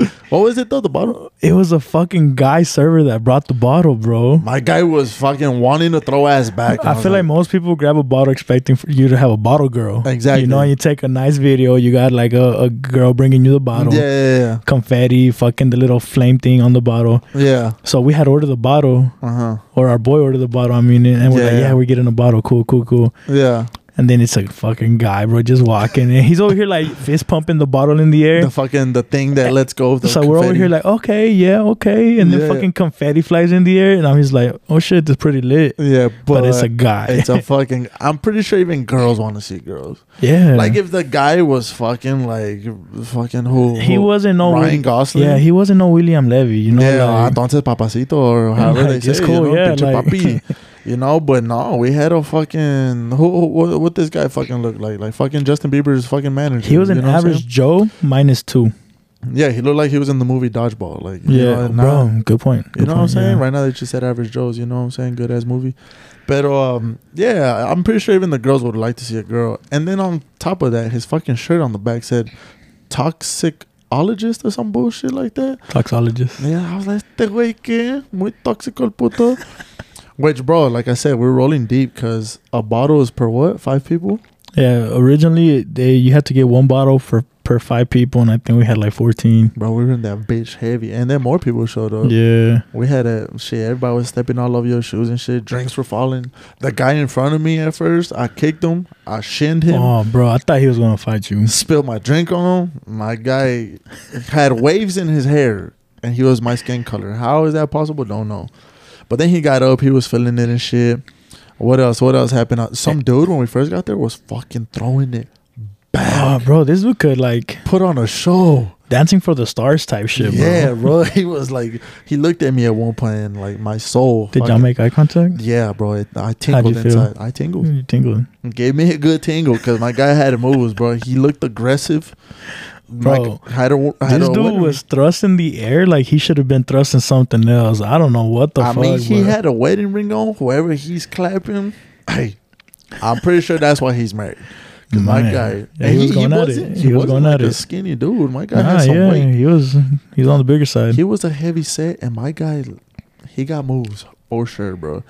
wait.
What was it though? The bottle.
It was a fucking guy server that brought the bottle, bro.
My guy was fucking wanting to throw ass back. and
I
was
feel like most people grab a bottle expecting for you to have a bottle girl.
Exactly.
You know, and you take a nice video. You got like a, a girl bringing you the bottle,
Yeah, yeah,
confetti, fucking the little flame thing on the bottle.
yeah. yeah.
So we had ordered the bottle,
Uh huh.
or our boy ordered the bottle. I mean, and we're like,
Yeah.
yeah, we're getting a bottle. Cool, cool, cool.
Yeah.
And then it's a fucking guy, bro, just walking, and he's over here like fist pumping the bottle in the air.
The fucking the thing that lets go. Of the
eh, so we're over
confetti.
here like, okay, yeah, okay, and
Yeah.
then fucking confetti flies in the air, and I'm just like, oh shit, this pretty lit.
Yeah,
But,
but,
it's a guy.
It's a fucking. I'm pretty sure even girls want to see girls.
yeah.
Like if the guy was fucking like fucking who
he
who-
wasn't no
Ryan
Wil-
Gosling.
Yeah, he wasn't no William Levy. You know,
yeah,
like-
entonces papacito or however
like,
they say,
it's
you
cool,
know,
yeah,
pinche
like-
papi. You know, but no, we had a fucking who, who what, what this guy fucking looked like, like fucking Justin Bieber's fucking manager.
he was
you
an
know what I'm
average Joe minus two.
saying? Yeah, he looked like he was in the movie Dodgeball. Like, you
Yeah,
know, and now-
bro, good point.
You
good
know what I'm
point,
saying?
yeah.
Right now they just said average Joe's. You know what I'm saying? Good ass movie. But um, yeah, I'm pretty sure even the girls would like to see a girl. And then on top of that, his fucking shirt on the back said toxicologist or some bullshit like that.
Toxologist.
Yeah, I was like, este güey que muy tóxico el puto. Which, bro, like I said, we're rolling deep because a bottle is per what? Five people?
Yeah, originally they you had to get one bottle for per five people, and I think we had like fourteen.
Bro, we were in that bitch heavy, and then more people showed up.
Yeah,
We had a shit. Everybody was stepping all over your shoes and shit. Drinks were falling. The guy in front of me at first, I kicked him. I shinned him.
Oh, bro, I thought he was gonna fight you.
Spilled my drink on him. My guy had waves in his hair, and he was my skin color. How is that possible? Don't know. But then he got up. He was feeling it and shit. What else? What else happened? Uh,
Eh.
Some dude when we first got there was fucking throwing it.
Oh, bro, this dude could like
Put on a show.
dancing for the stars type shit. Bro.
yeah, bro. He was like, he looked at me at one point, and like my soul.
Did y'all
fucking-
make eye contact?
Yeah, bro. It, I
you
tingled
feel? Hmm.
inside. I tingled.
You tingling,
Gave me a good tingle because my guy had moves, bro. He looked aggressive.
Bro,
Like, had a, had
this
a
dude
winner.
was thrusting the air like he should have been thrusting something else. I don't know what the
I
fuck.
mean, he
bro.
had a wedding ring on. Whoever he's clapping, hey, I'm pretty sure that's why he's married. 'Cause my
Man.
guy,
Yeah, he was going at it.
wasn't-
He was
wasn't
going at
like a
it.
Skinny dude. My guy
Nah,
had some
yeah,
weight.
he was he's on the bigger side.
He was a heavy set, and my guy, he got moves for sure, bro.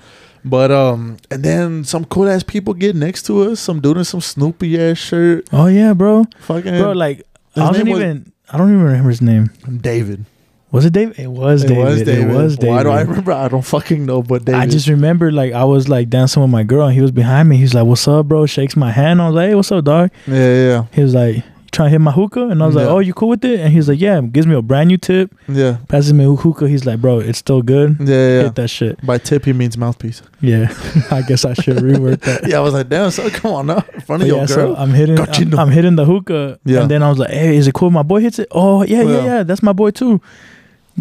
But um, and then some cool ass people get next to us. Some dude in some Snoopy ass shirt.
oh yeah, bro,
Fucking
bro, like
His
I wasn't
name was-
even I don't even remember his name.
David.
Was it David? It was David. It was David.
Why do I remember? I don't fucking know, but David.
I just remember like I was like dancing with my girl and he was behind me. He's like, "What's up, bro?" Shakes my hand. I was like, "Hey, what's up, dog?"
yeah, yeah,
He was like, "You trying to hit my hookah?" And I was like,
Yeah.
"Oh, you cool with it?" And he's like, "Yeah." Gives me a brand new tip.
yeah,
Passes me a hookah. He's like, "Bro, it's still good.
yeah, yeah. yeah.
Hit that shit."
By tip, he means mouthpiece.
Yeah, I guess I should rework that.
yeah, I was like, damn, so come on now, in front
But
of your
Oh, yeah,
girl.
so I'm hitting,
Got you,
I'm,
no.
I'm hitting the hookah,
Yeah.
and then I was like, "Hey, is it cool? if My boy hits it. Oh yeah, yeah,
Yeah.
yeah, that's my boy too.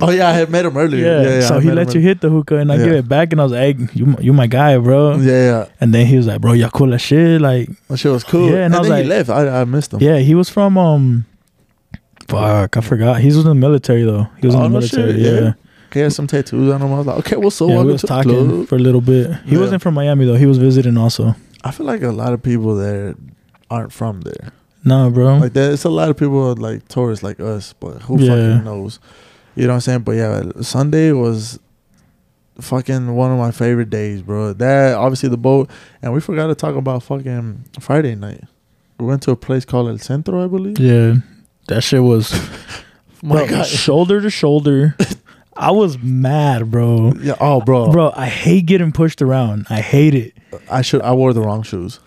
oh yeah, I had met him earlier.
Yeah.
Yeah, yeah.
so
I
he
met him
let you hit the hookah, and I give
Yeah.
it back, and I was like, "Hey, you, my- you my guy, bro."
earlier. Yeah, yeah.
And then he was like, "Bro, y'all cool as shit." Like,
That shit was cool.
Yeah, and I was
then he
like-
left. I, I missed him.
yeah, he was from um, fuck, I forgot. He was in the military though. He was
Oh,
in the
no
military.
shit,
yeah,
yeah.
yeah.
He had some tattoos on him. I was like, okay, what's up?
we
Welcome
was
to the
talking
club.
for a little bit. He
Yeah.
wasn't from Miami though. He was visiting also.
I feel like a lot of people there aren't from there.
Nah, bro.
Like there's a lot of people like tourists like us, but who
Hmm? Yeah.
fucking knows? You know what I'm saying? But yeah, Sunday was fucking one of my favorite days, bro. That obviously the boat, and we forgot to talk about fucking Friday night. We went to a place called El Centro, I believe.
yeah, that shit was
My
bro,
God.
shoulder to shoulder. I was mad, bro.
Yeah. Oh, bro.
Bro, I hate getting pushed around. I hate it.
I should. I wore the wrong shoes.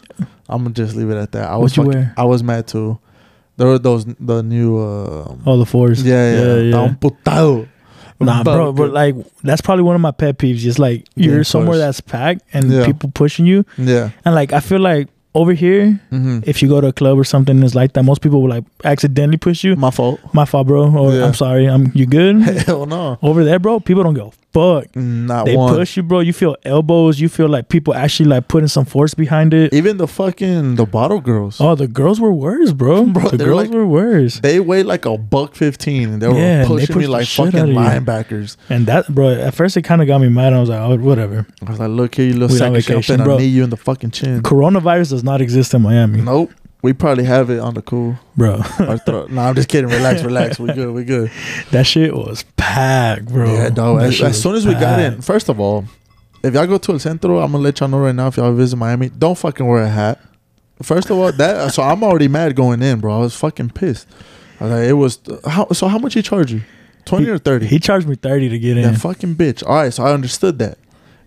I'm gonna just leave it at that. I was.
What'd you
fucking-
wear?
I was mad too. There were those the new. Um,
All the fours.
yeah, yeah.
Oh, yeah.
Está un putado.
Nah, bro, but
Fuck.
like that's probably one of my pet peeves. Just like
Yeah,
you're
of
somewhere
course.
that's packed and
Yeah.
people pushing you,
yeah.
and like I feel like over here,
hmm
if you go to a club or something that's like that, most people will like accidentally push you.
My fault.
My fault, bro. Or
Mm. Yeah.
I'm sorry. I'm you good?
Hell no.
over there, bro. People don't go fuck.
Not
They
one.
push you, bro. You feel elbows. You feel like people actually like putting some force behind it.
Even the fucking the bottle girls.
Oh, the girls were worse, bro.
Bro,
the
they're
girls
like-
were worse.
They weigh like a buck fifteen. and They were
Yeah, and they
pushing
push
me
the
like
shit
fucking
outta you.
linebackers.
And that, bro, at first it kind of got me mad. I was like, oh, whatever.
I was like, look here, you little
We on
sack of shit. I'm
vacation,
finna
bro.
knee you in the fucking chin.
Coronavirus does not exist in Miami,
Nope. We probably have it on the cool.
bro.
Our throat. nah, I'm just kidding. Relax, relax. We good. We good.
that shit was packed, bro.
Yeah, dog.
That
As,
shit
as
was
soon as we got in,
packed.
first of all, if y'all go to El Centro, I'm gonna let y'all know right now. If y'all visit Miami, don't fucking wear a hat. First of all, that so I'm already mad going in, bro. I was fucking pissed. I was like, it was how so. How much he charge you? Twenty or thirty?
he charged me thirty to get in.
That fucking bitch. All right, so I understood that.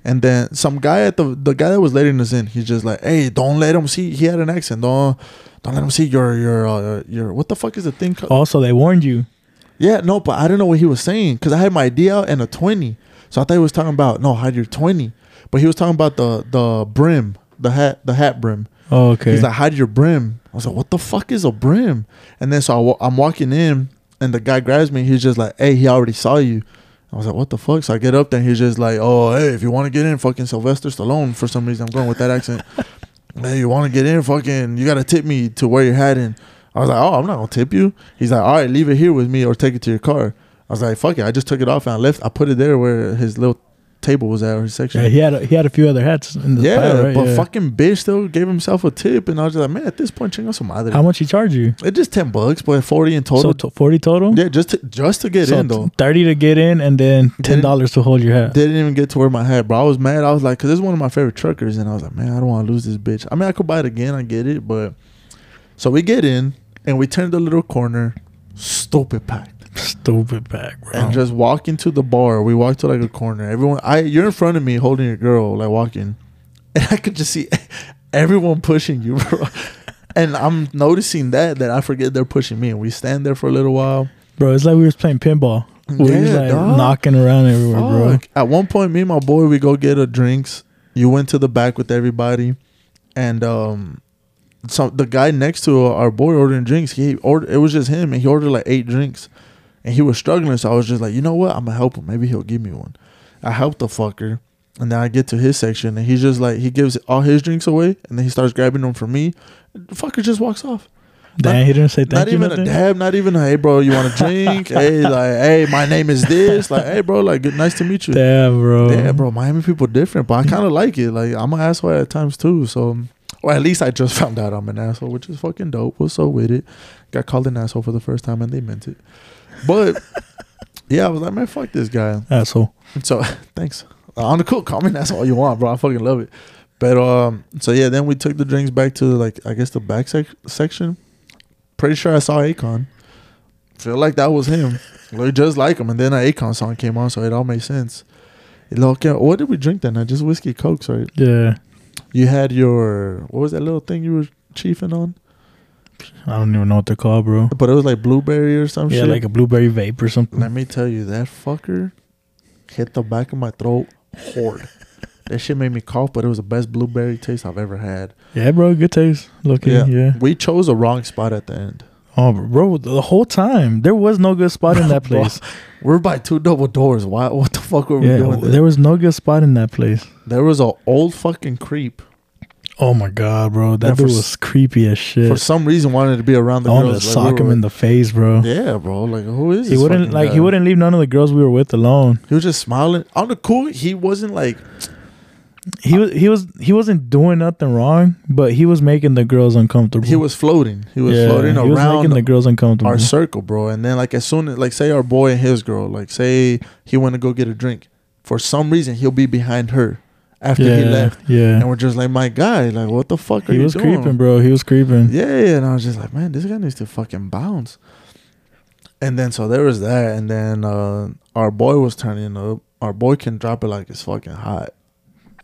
And then some guy at the the guy that was letting us in, he's just like, "Hey, don't let him see." He had an accent. Don't don't let him see your your uh, your what the fuck is the thing? called?
also, they warned you.
Yeah, no, but I didn't know what he was saying because I had my ID out and a twenty, so I thought he was talking about no hide your twenty, but he was talking about the the brim, the hat, the hat brim.
Oh, okay.
He's like, hide your brim. I was like, what the fuck is a brim? And then so I wa- I'm walking in, and the guy grabs me. He's just like, hey, he already saw you. I was like, what the fuck? So I get up there, and he's just like, oh, hey, if you want to get in, fucking Sylvester Stallone. For some reason, I'm going with that accent. hey, you want to get in, fucking, you got to tip me to wear your hat in. I was like, oh, I'm not going to tip you. He's like, all right, leave it here with me or take it to your car. I was like, fuck it. I just took it off and I left. I put it there where his little table was at or his section.
Yeah, he had a, he had a few other hats in the
Yeah,
pile, right?
but
Yeah.
fucking bitch still gave himself a tip, and I was just like, man, at this point, chingo some madre.
How much he charge you?
it's just ten bucks, but forty in
So
total.
to- forty total.
yeah, just to, just to get
So
in though.
thirty to get in, and then ten
Didn't-
dollars to hold your hat.
Didn't even get to wear my hat, bro. I was mad. I was like, because this is one of my favorite truckers, and I was like, man, I don't want to lose this bitch. I mean, I could buy it again. I get it, but so we get in and we turn the little corner, stupid packed,
Stupid pack, bro.
and just walk into the bar. We walk to like a corner. Everyone, I you're in front of me holding your girl, like walking, and I could just see everyone pushing you, bro. And I'm noticing that that I forget they're pushing me, and we stand there for a little while.
bro, it's like we was playing pinball. We
Yeah,
was like
dog.
knocking around everywhere, bro.
Fuck. At one point, me and my boy, we go get a drinks. You went to the back with everybody, and um, some the guy next to our boy ordering drinks. He ordered. It was just him, and he ordered like eight drinks, and he was struggling. So I was just like, you know what? I'm gonna help him. Maybe he'll give me one. I helped the fucker, and then I get to his section, and he's just like, he gives all his drinks away, and then he starts grabbing them from me. The fucker just walks off.
Damn, he didn't say thank
not
you.
even
nothing.
a dab, not even a hey bro, you want a drink? hey, like hey, my name is this. Like hey bro, like good, nice to meet you.
Damn, bro.
Yeah, bro, Miami people different, but I kind of like it. Like I'm an asshole at times too, so or at least I just found out I'm an asshole, which is fucking dope. What's up with it? Got called an asshole for the first time and they meant it, but yeah, I was like, man, fuck this guy.
Asshole.
So thanks on the cool, call me an asshole all you want, bro. I fucking love it. But um, so yeah, then we took the drinks back to like I guess the back sec- section. Pretty sure I saw Akon. Feel like that was him. Looked just like him. And then an Akon song came on, so it all made sense. Look, yeah, what did we drink that night? Just whiskey, cokes, right?
Yeah,
You had your what was that little thing you were chiefing on?
I don't even know what they're called, bro.
But it was like blueberry or some
Yeah,
shit.
like a blueberry vape or something.
Let me tell you, that fucker hit the back of my throat hard. that shit made me cough, but it was the best blueberry taste I've ever had.
Yeah, bro, good taste. Lucky, yeah.
We chose a wrong spot at the end.
Oh, bro, the whole time there was no good spot in that
Bro,
place.
We're by two double doors. Why? What the fuck were we
yeah,
doing there?
there was no good spot in that place.
There was an old fucking creep.
Oh my god, bro, that
And for
dude
s-
was creepy as
For
shit.
some reason, wanted to be around
I
the
wanted to
girls.
sock him in the face, bro.
Yeah, bro. Like, who is
he
this
wouldn't
fucking
like
guy?
he wouldn't leave none of the girls we were with alone.
He was just smiling on the cool. He wasn't like
He was he was he wasn't doing nothing wrong, but he was making the girls uncomfortable.
he was floating. He was
Yeah,
floating
he was
around
making the girls uncomfortable.
our circle, bro. And then like as soon as like say our boy and his girl, like say he went to go get a drink. For some reason, he'll be behind her after
yeah,
he left,
yeah.
and we're just like, my guy, like what the fuck are
He
you
was
doing?
creeping, bro. He was creeping.
Yeah, yeah, and I was just like, man, this guy needs to fucking bounce. And then so there was that, and then uh, our boy was turning up. Our boy can drop it like it's fucking hot.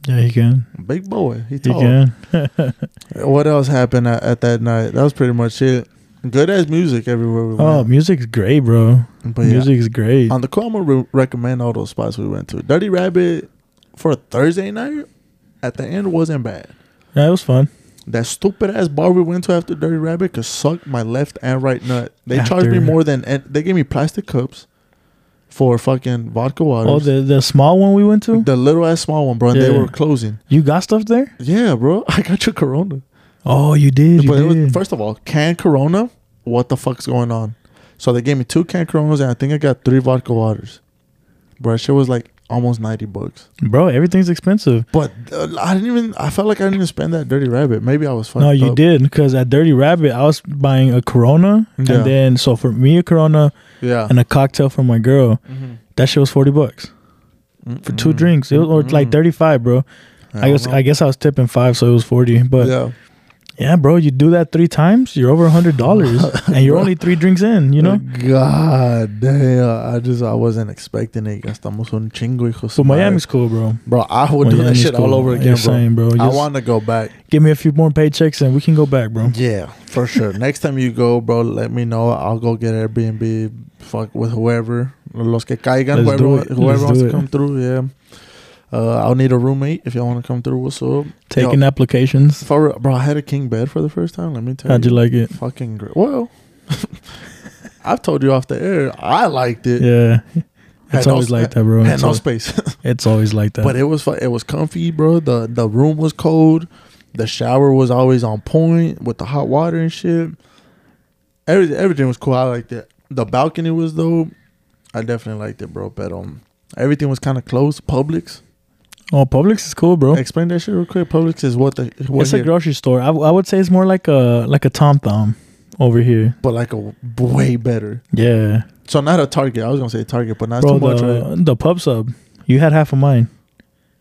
Yeah, he can.
Big boy, he
He
tall.
can.
What else happened at, at that night? That was pretty much it. Good ass music everywhere we
Oh,
went.
music's great, bro.
but yeah,
Music's great.
on the call, I'm gonna re- recommend all those spots we went to. Dirty Rabbit for a Thursday night at the end wasn't bad.
Yeah, it was fun.
That stupid ass bar we went to after Dirty Rabbit could suck my left and right nut. They charged me
After-
more than and they gave me plastic cups for fucking vodka water.
Oh, the the small one we went to.
the little ass small one, bro. And they
Yeah.
were closing.
You got stuff there?
Yeah, bro. I got your Corona.
Oh, you did. You
but it
did.
was, first of all, canned Corona. What the fuck's going on? So they gave me two canned Coronas and I think I got three vodka waters. Bro, that shit was like almost ninety bucks.
bro, everything's expensive.
But uh, I didn't even. I felt like I didn't even spend that Dirty Rabbit. Maybe I was fucked
No, you
up.
did because at Dirty Rabbit, I was buying a Corona,
Yeah. Uh-huh.
and then so for me a Corona
Yeah.
and a cocktail for my girl. That shit was forty bucks for
Mm-hmm.
two
Mm.
drinks. It was or like thirty five, bro. I guess I guess I was tipping five, so it was forty. But yeah,
yeah.
bro, you do that three times, you're over a hundred dollars, and you're only three drinks in. You know.
God damn! I just I wasn't expecting it. Gastamos un chingo hijo.
So Miami's cool, bro.
bro, I would do that
Miami's
shit all
cool.
over
You're
again, bro.
saying, bro,
I
just-
want to go back.
Give me a few more paychecks and we can go back, bro.
Yeah, for sure. Next time you go, bro, let me know. I'll go get Airbnb. Fuck with whoever, los que caigan,
Let's
whoever,
do it.
whoever
Let's
wants
do
to
it.
come through. Yeah, uh, I'll need a roommate if y'all want to come through. What's up?
Taking applications.
For real, bro, I had a king bed for the first time. Let me tell
How'd
you,
you like it?
fucking great. Well, I've told you off the air. I liked it.
Yeah.
Had
It's
no
always
sp-
like that, bro.
Had
It's
no
always,
space,
it's always like that.
but it was fu- it was comfy, bro. the The room was cold. The shower was always on point with the hot water and shit. Everything everything was cool. I liked it. The balcony was dope. I definitely liked it, bro. But um, everything was kind of closed. Publix.
Oh, Publix is cool, bro.
Explain that shit real quick. Publix is what the what
it's
here,
a grocery store. I, w- I would say it's more like a like a Tom Thumb over here.
but like a way better.
Yeah,
So not a Target. I was gonna say Target, but not
bro.
too much.
the,
Right?
the pub sub. You had half of mine.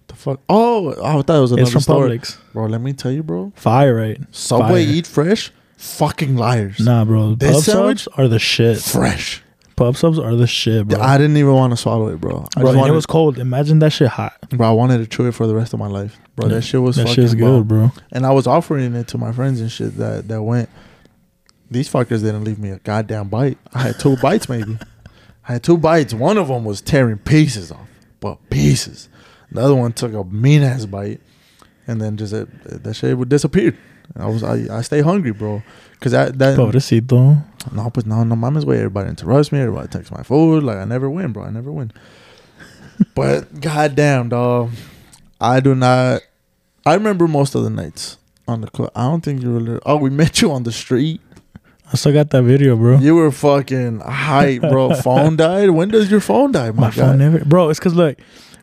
The fuck? Oh, I thought it was another
It's from
store.
Publix.
Bro, let me tell you, bro.
Fire, right?
Subway
Fire.
eat fresh. Fucking liars.
Nah, bro.
This
Pub
sandwich-
subs are the shit.
Fresh.
Pub subs are the shit, bro.
I didn't even want to swallow it, bro. I
bro,
just
and
wanted,
it was cold. Imagine that shit hot.
bro. I wanted to chew it for the rest of my life, bro.
Yeah.
That shit was
that
fucking
shit's good,
bomb.
bro.
And I was offering it to my friends and shit that that went. These fuckers didn't leave me a goddamn bite. I had two bites, maybe. I had two bites. One of them was tearing pieces off, but pieces. The other one took a mean ass bite, and then just uh, that shit would disappeared. And I was I, I stay hungry, bro, because that that
Pobrecito.
No, pues no, no mames, güey. Everybody interrupts me. Everybody takes my food. Like, I never win, bro. I never win. but, goddamn, dog. I do not. I remember most of the nights on the club. I don't think you were. Oh, we met you on the street.
I still got that video, bro.
You were fucking hype, bro. phone died. When does your phone die, my,
My
God?
phone never, bro. It's cause look.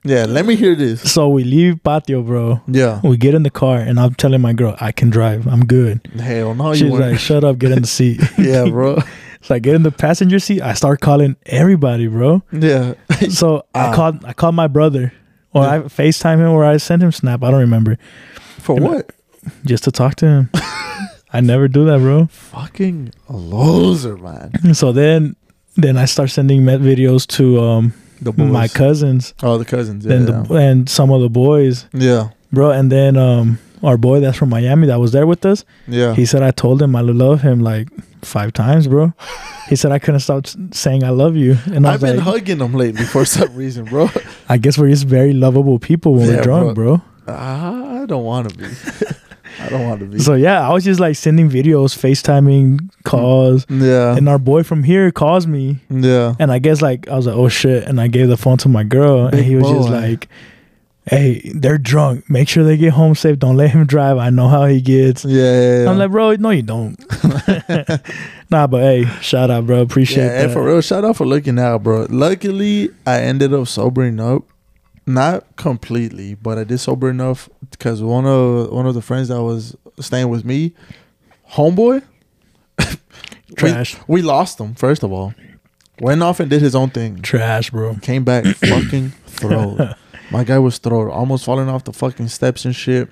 yeah, let me hear this.
So we leave patio, bro.
Yeah.
We get in the car, and I'm telling my girl, I can drive. I'm good.
Hell no,
She's
Oh, you weren't.
like, shut up, get in the seat.
yeah, bro.
so I get in the passenger seat. I start calling everybody, bro.
Yeah.
So
Ah.
I called, I called my brother, or I FaceTime him, or I sent him snap. I don't remember,
For what?
just to talk to him. I never do that, bro.
Fucking loser, man.
So then, then I start sending met videos to um
The boys.
my cousins,
oh, the cousins. Yeah.
then the, and some of the boys,
yeah.
bro. And then um our boy that's from Miami that was there with us.
Yeah.
He said I told him I love him like five times, bro. he said I couldn't stop s- saying I love you, and I
I've
was
been
like,
hugging them lately for some reason, bro.
I guess we're just very lovable people when
Yeah,
we're drunk, bro.
I don't want to be. I don't want to be.
So yeah, I was just like sending videos, FaceTiming, calls,
yeah,
and our boy from here calls me,
yeah.
and I guess like I was like, oh shit, and I gave the phone to my girl, and
Big
he was just
boy.
like. Hey, they're drunk. Make sure they get home safe. Don't let him drive. I know how he gets.
Yeah, yeah, yeah.
I'm like, bro, no, you don't. nah, but hey, shout out, bro. Appreciate
yeah,
that.
and for real, shout out for looking out, bro. Luckily, I ended up sobering up, not completely, but I did sober enough because one of one of the friends that was staying with me, homeboy, we-
Trash.
We, lost him first of all. Went off and did his own thing.
Trash, bro.
Came back fucking throwed. My guy was throwed, almost falling off the fucking steps and shit.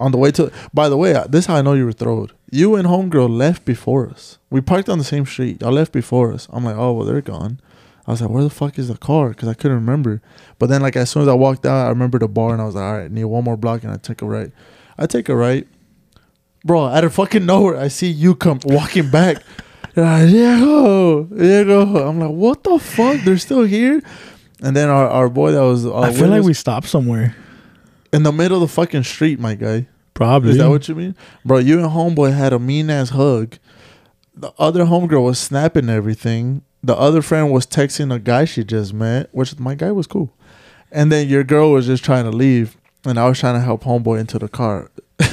On the way to, by the way, uh, this is how I know you were throwed. You and homegirl left before us. We parked on the same street. Y'all left before us. I'm like, oh well, they're gone. I was like, where the fuck is the car? Because I couldn't remember. But then, like, as soon as I walked out, I remembered the bar, and I was like, all right, need one more block, and I took a right. I take a right, bro. Out of fucking nowhere, I see you come walking back. And I, Diego, Diego. I'm like, what the fuck? They're still here. And then our, our boy that was, uh,
I feel like
with
we
us-
stopped somewhere.
in the middle of the fucking street, my guy.
Probably.
Is that what you mean, bro? You and homeboy had a mean ass hug. The other homegirl was snapping everything. The other friend was texting a guy she just met, which my guy was cool. And then your girl was just trying to leave, and I was trying to help homeboy into the car,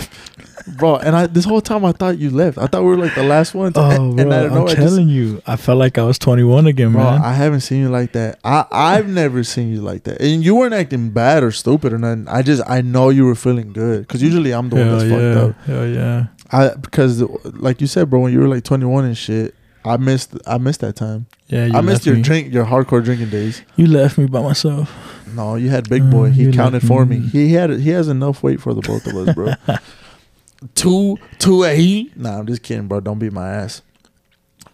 bro. And I this whole time I thought you left. I thought we were like the last ones.
Oh,
and,
bro,
and I
I'm
don't know. I just-
telling you, I felt like I was 21 again,
Bro,
man.
I haven't seen you like that. I I've never seen you like that, and you weren't acting bad or stupid or nothing. I just I know you were feeling good because usually I'm the one
Hell
that's
yeah,
fucked up.
hell yeah.
I because like you said, bro, when you were like 21 and shit, I missed I missed that time.
Yeah, you
I missed
left
your
me.
drink, your hardcore drinking days.
You left me by myself.
No, you had big
Oh,
boy.
you
He
left
counted for me.
me.
He had he has enough weight for the both of us, bro. two two eight. Nah, I'm just kidding, bro. Don't beat my ass.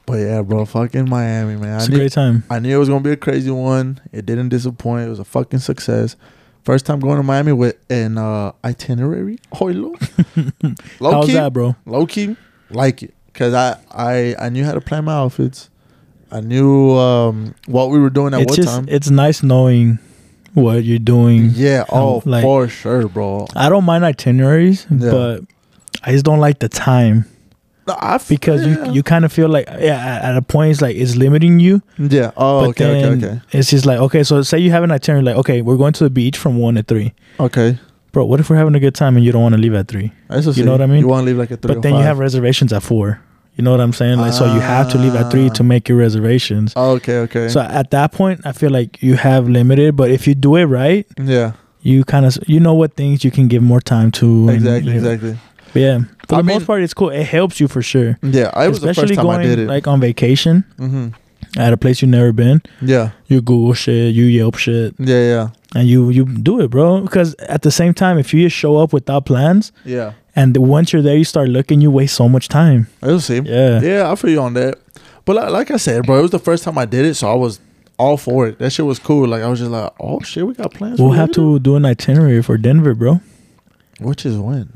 But yeah, bro, fucking Miami, man.
It's
I
a
knew,
great time.
I knew it was gonna be a crazy one. It didn't disappoint. It was a fucking success. First time going to Miami with an uh, itinerary. Hoilo. Low
How's
key,
that, bro?
low key like it because I, I I knew how to plan my outfits. I knew um, what we were doing at
It's
what
just,
time.
it's nice knowing what you're doing.
yeah, oh
like-
for sure, bro.
I don't mind itineraries,
Yeah.
but I just don't like the time
No, I f-
because
yeah.
you you kind of feel like yeah at- at a point it's like it's limiting you.
yeah. Oh,
but
okay,
then
okay,
It's just like okay, so say you have an itinerary like okay, we're going to the beach from one to three.
okay, okay.
Bro, what if we're having a good time and you don't want to leave at three?
That's what
You know what I mean?
You want to leave like a three,
but then you have reservations at four. You know what I'm saying? Like, so you have to leave at three to
Ah.
make your reservations.
Oh, okay, okay.
So at that point, I feel like you have limited. But if you do it right,
yeah,
you kind of you know what things you can give more time to. and
Exactly,
you-
exactly.
Yeah, for
I
the
mean-
most part, it's cool. It helps you for sure.
Yeah, I was the first time
going
I did it.
like on vacation
hmm
at a place you've never been.
Yeah,
You Google shit, you Yelp shit,
yeah, yeah,
and you you do it, bro. Because at the same time, if you just show up without plans,
yeah.
and once you're there, you start looking, you waste so much time.
It'll seem.
Yeah,
Yeah, I feel you on that. But like, like I said, bro, it was the first time I did it, so I was all for it. That shit was cool. Like I was just like, oh shit, we got plans.
we'll
for
have
later?
to do an itinerary for Denver, bro.
Which is when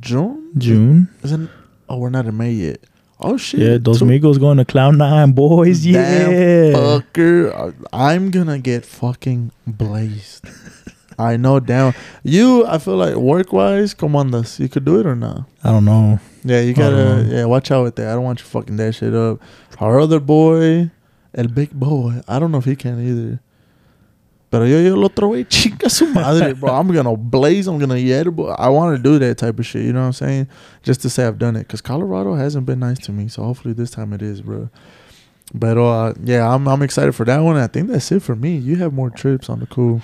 June.
June.
Isn't? Oh, we're not in May yet. Oh shit.
Yeah, those
So-
Migos going to Cloud Nine, boys.
Damn
Yeah.
fucker. I- I'm gonna get fucking blazed. I know down. You, I feel like work wise, come on, this. You could do it or not?
I don't know.
Yeah, you
I don't
gotta.
know.
Yeah, watch out with that. I don't want you fucking that shit up. Our other boy, el big boy. I don't know if he can either. Pero yo, yo lo otro way, chica su madre, bro. I'm gonna blaze. I'm gonna yell, boy. I want to do that type of shit. You know what I'm saying? Just to say I've done it, cause Colorado hasn't been nice to me. So hopefully this time it is, bro. But uh, yeah, I'm I'm excited for that one. I think that's it for me. You have more trips on the cool.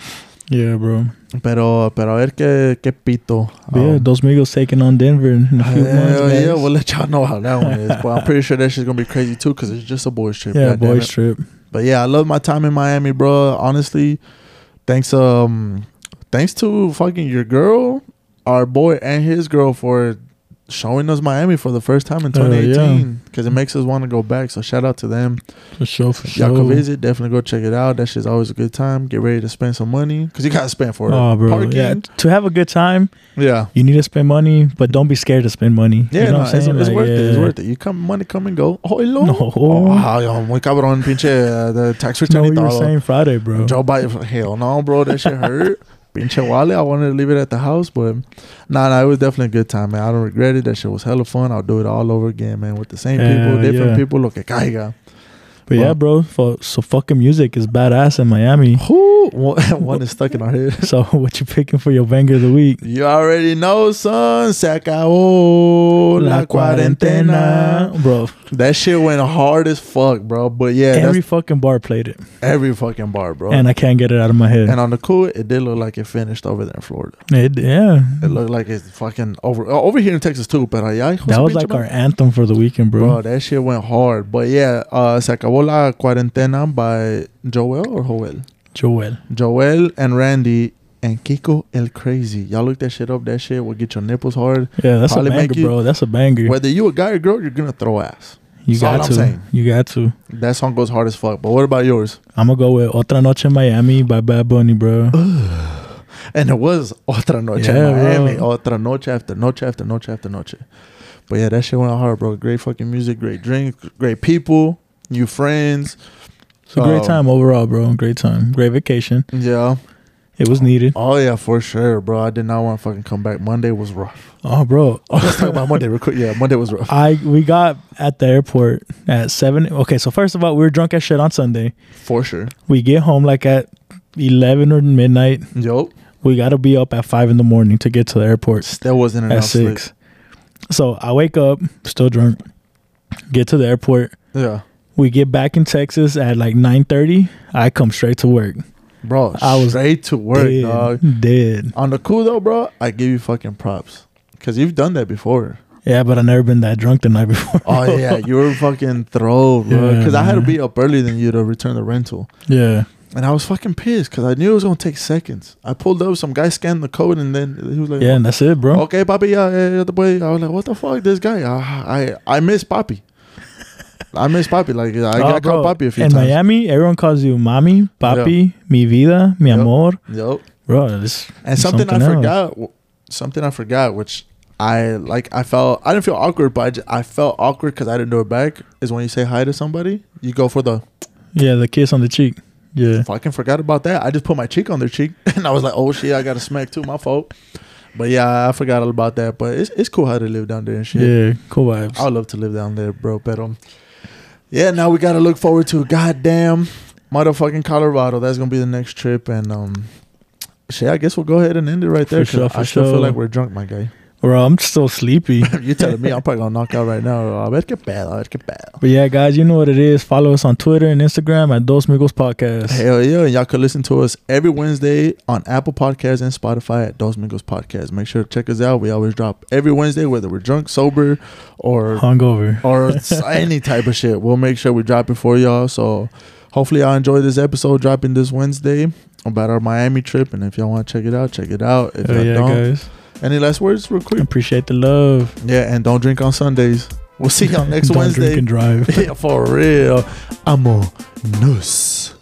Yeah, bro.
Pero pero a ver que que pito.
But yeah,
Um,
those Migos taking on Denver in in a few months.
Hell
guys.
yeah, we'll let y'all know how that one is. But I'm pretty sure that shit's gonna be crazy too, cause it's just a boys trip.
yeah,
God damn
boys
it.
trip.
But yeah, I love my time in Miami, bro. Honestly, thanks um, thanks to fucking your girl, our boy and his girl for showing us Miami for the first time in
Hell yeah.
2018, cause it makes us want to go back. So shout out to them.
For sure, for sure.
Y'all can visit, definitely go check it out. That shit's always a good time. Get ready to spend some money, cause you gotta spend for it.
Oh, bro.
Parking,
Yeah, to have a good time,
yeah.
you need to spend money, but don't be scared to spend money.
Yeah,
you know
no,
what I'm
it's,
saying?
it's
Like,
worth it. It's
yeah.
worth it. You come, money come and go. Oh, hello.
No.
Oh, ah, yo, muy cabrón, pinche uh, the tax
No,
return.
you were
dollar.
saying Friday, bro.
Joe Biden. Hell no, bro. That shit hurt. pinche Wale. I wanted to leave it at the house, but nah, nah, it was definitely a good time, man. I don't regret it. That shit was hella fun. I'll do it all over again, man, with the same people,
Yeah,
different
yeah.
people. Lo que caiga.
But yeah, bro. For, so fucking music is badass in Miami.
Who? One one is stuck in our head.
so what you picking for your banger of the week?
You already know, son. Se acabó la cuarentena.
bro.
That shit went hard as fuck, bro. But yeah,
every
that's
fucking bar played it,
every fucking bar, bro.
and I can't get it out of my head.
And on the cool, it did look like it finished over there in Florida.
It, yeah,
It looked like it's fucking over oh, over here in Texas too. But yeah,
that was like our anthem for the weekend,
bro.
bro.
That shit went hard. But yeah, uh, se acabó la cuarentena by Joel or Joel,
Joel,
Joel and Randy and Kiko el Crazy. Y'all look that shit up. That shit will get your nipples hard.
yeah, that's a
Probably make
banger,
you-
bro. That's a banger.
Whether you a guy or girl, you're gonna throw ass.
you
that's all
got
I'm
to,
saying.
you got to.
That song goes hard as fuck. But what about yours?
I'm gonna go with Otra Noche in Miami by Bad Bunny, bro.
And it was otra noche
Yeah,
in Miami,
bro.
otra noche after noche after noche after noche. But yeah, that shit went hard, bro. Great fucking music, great drinks, great people, new friends.
It's a great
Oh.
time overall, bro. Great time, great vacation.
Yeah.
It was needed.
Oh yeah, for sure, bro. I did not want to fucking come back. Monday was rough.
Oh, bro.
Let's talk about Monday real quick. Yeah, Monday was rough.
I we got at the airport at seven. Okay, so first of all, we were drunk as shit on Sunday.
For sure.
We get home like at eleven or midnight.
Yo.
We gotta be up at five in the morning to get to the airport.
Still wasn't
at
enough sleep.
six. So I wake up, still drunk, get to the airport.
Yeah.
We get back in Texas at like nine thirty. I come straight to work.
Bro, I
I
was
was
straight to work,
dead,
dog.
dead.
On the cool though, bro, I give you fucking props. Cause you've done that before.
Yeah, but I never been that drunk the night before.
Oh yeah, you were fucking thrilled, bro.
Yeah,
Because I had to
man.
be up earlier than you to return the rental,
yeah.
and I was fucking pissed because I knew it was gonna take seconds. I pulled up, some guy scanned the code, and then he was like,
Yeah, and that's it, bro.
okay, Poppy, yeah, yeah, yeah, the boy." I was like, "What the fuck, this guy? I I, I miss Poppy. I miss Poppy. Like I
Oh,
got
bro,
called Poppy a few
in
times.
Miami, everyone calls you mommy, papi, mi vida, mi
Yep.
amor.
Yep.
Bro, this
And something, I
else.
forgot, w- something I forgot, which I like, I felt I didn't feel awkward, but I, ju- I felt awkward because I didn't do it back. Is when you say hi to somebody, you go for the
Yeah, the kiss on the cheek. Yeah.
fucking forgot about that. I just put my cheek on their cheek and I was like, oh shit, I got a smack too. My fault. But yeah, I forgot all about that. But it's, it's cool how they live down there and shit.
Yeah. Cool vibes.
I would love to live down there, bro. But um, yeah, now we gotta look forward to goddamn motherfucking Colorado. That's gonna be the next trip. And um, shit, I guess we'll go ahead and end it right there.
For sure,
'cause
for
I still
sure.
feel like we're drunk, my guy.
Bro, I'm still sleepy.
you telling me I'm probably gonna knock out right now. A ver qué pedo, a ver qué pedo.
But yeah, guys, you know what it is. Follow us on Twitter and Instagram at Dos Migos Podcast.
Hell yeah, and y'all can listen to us every Wednesday on Apple Podcasts and Spotify at Dos Mingos Podcast. Make sure to check us out. We always drop every Wednesday, whether we're drunk, sober, or
Hungover.
or s- any type of shit. We'll make sure we drop it for y'all. So hopefully y'all enjoy this episode dropping this Wednesday about our Miami trip. And if y'all want to check it out, check it out. If
Hell
y'all
yeah,
don't,
guys.
any last words real quick?
Appreciate the love.
Yeah, and don't drink on Sundays. We'll see y'all next
Don't
Wednesday.
Drink and drive.
yeah, for real. Amo. Noose.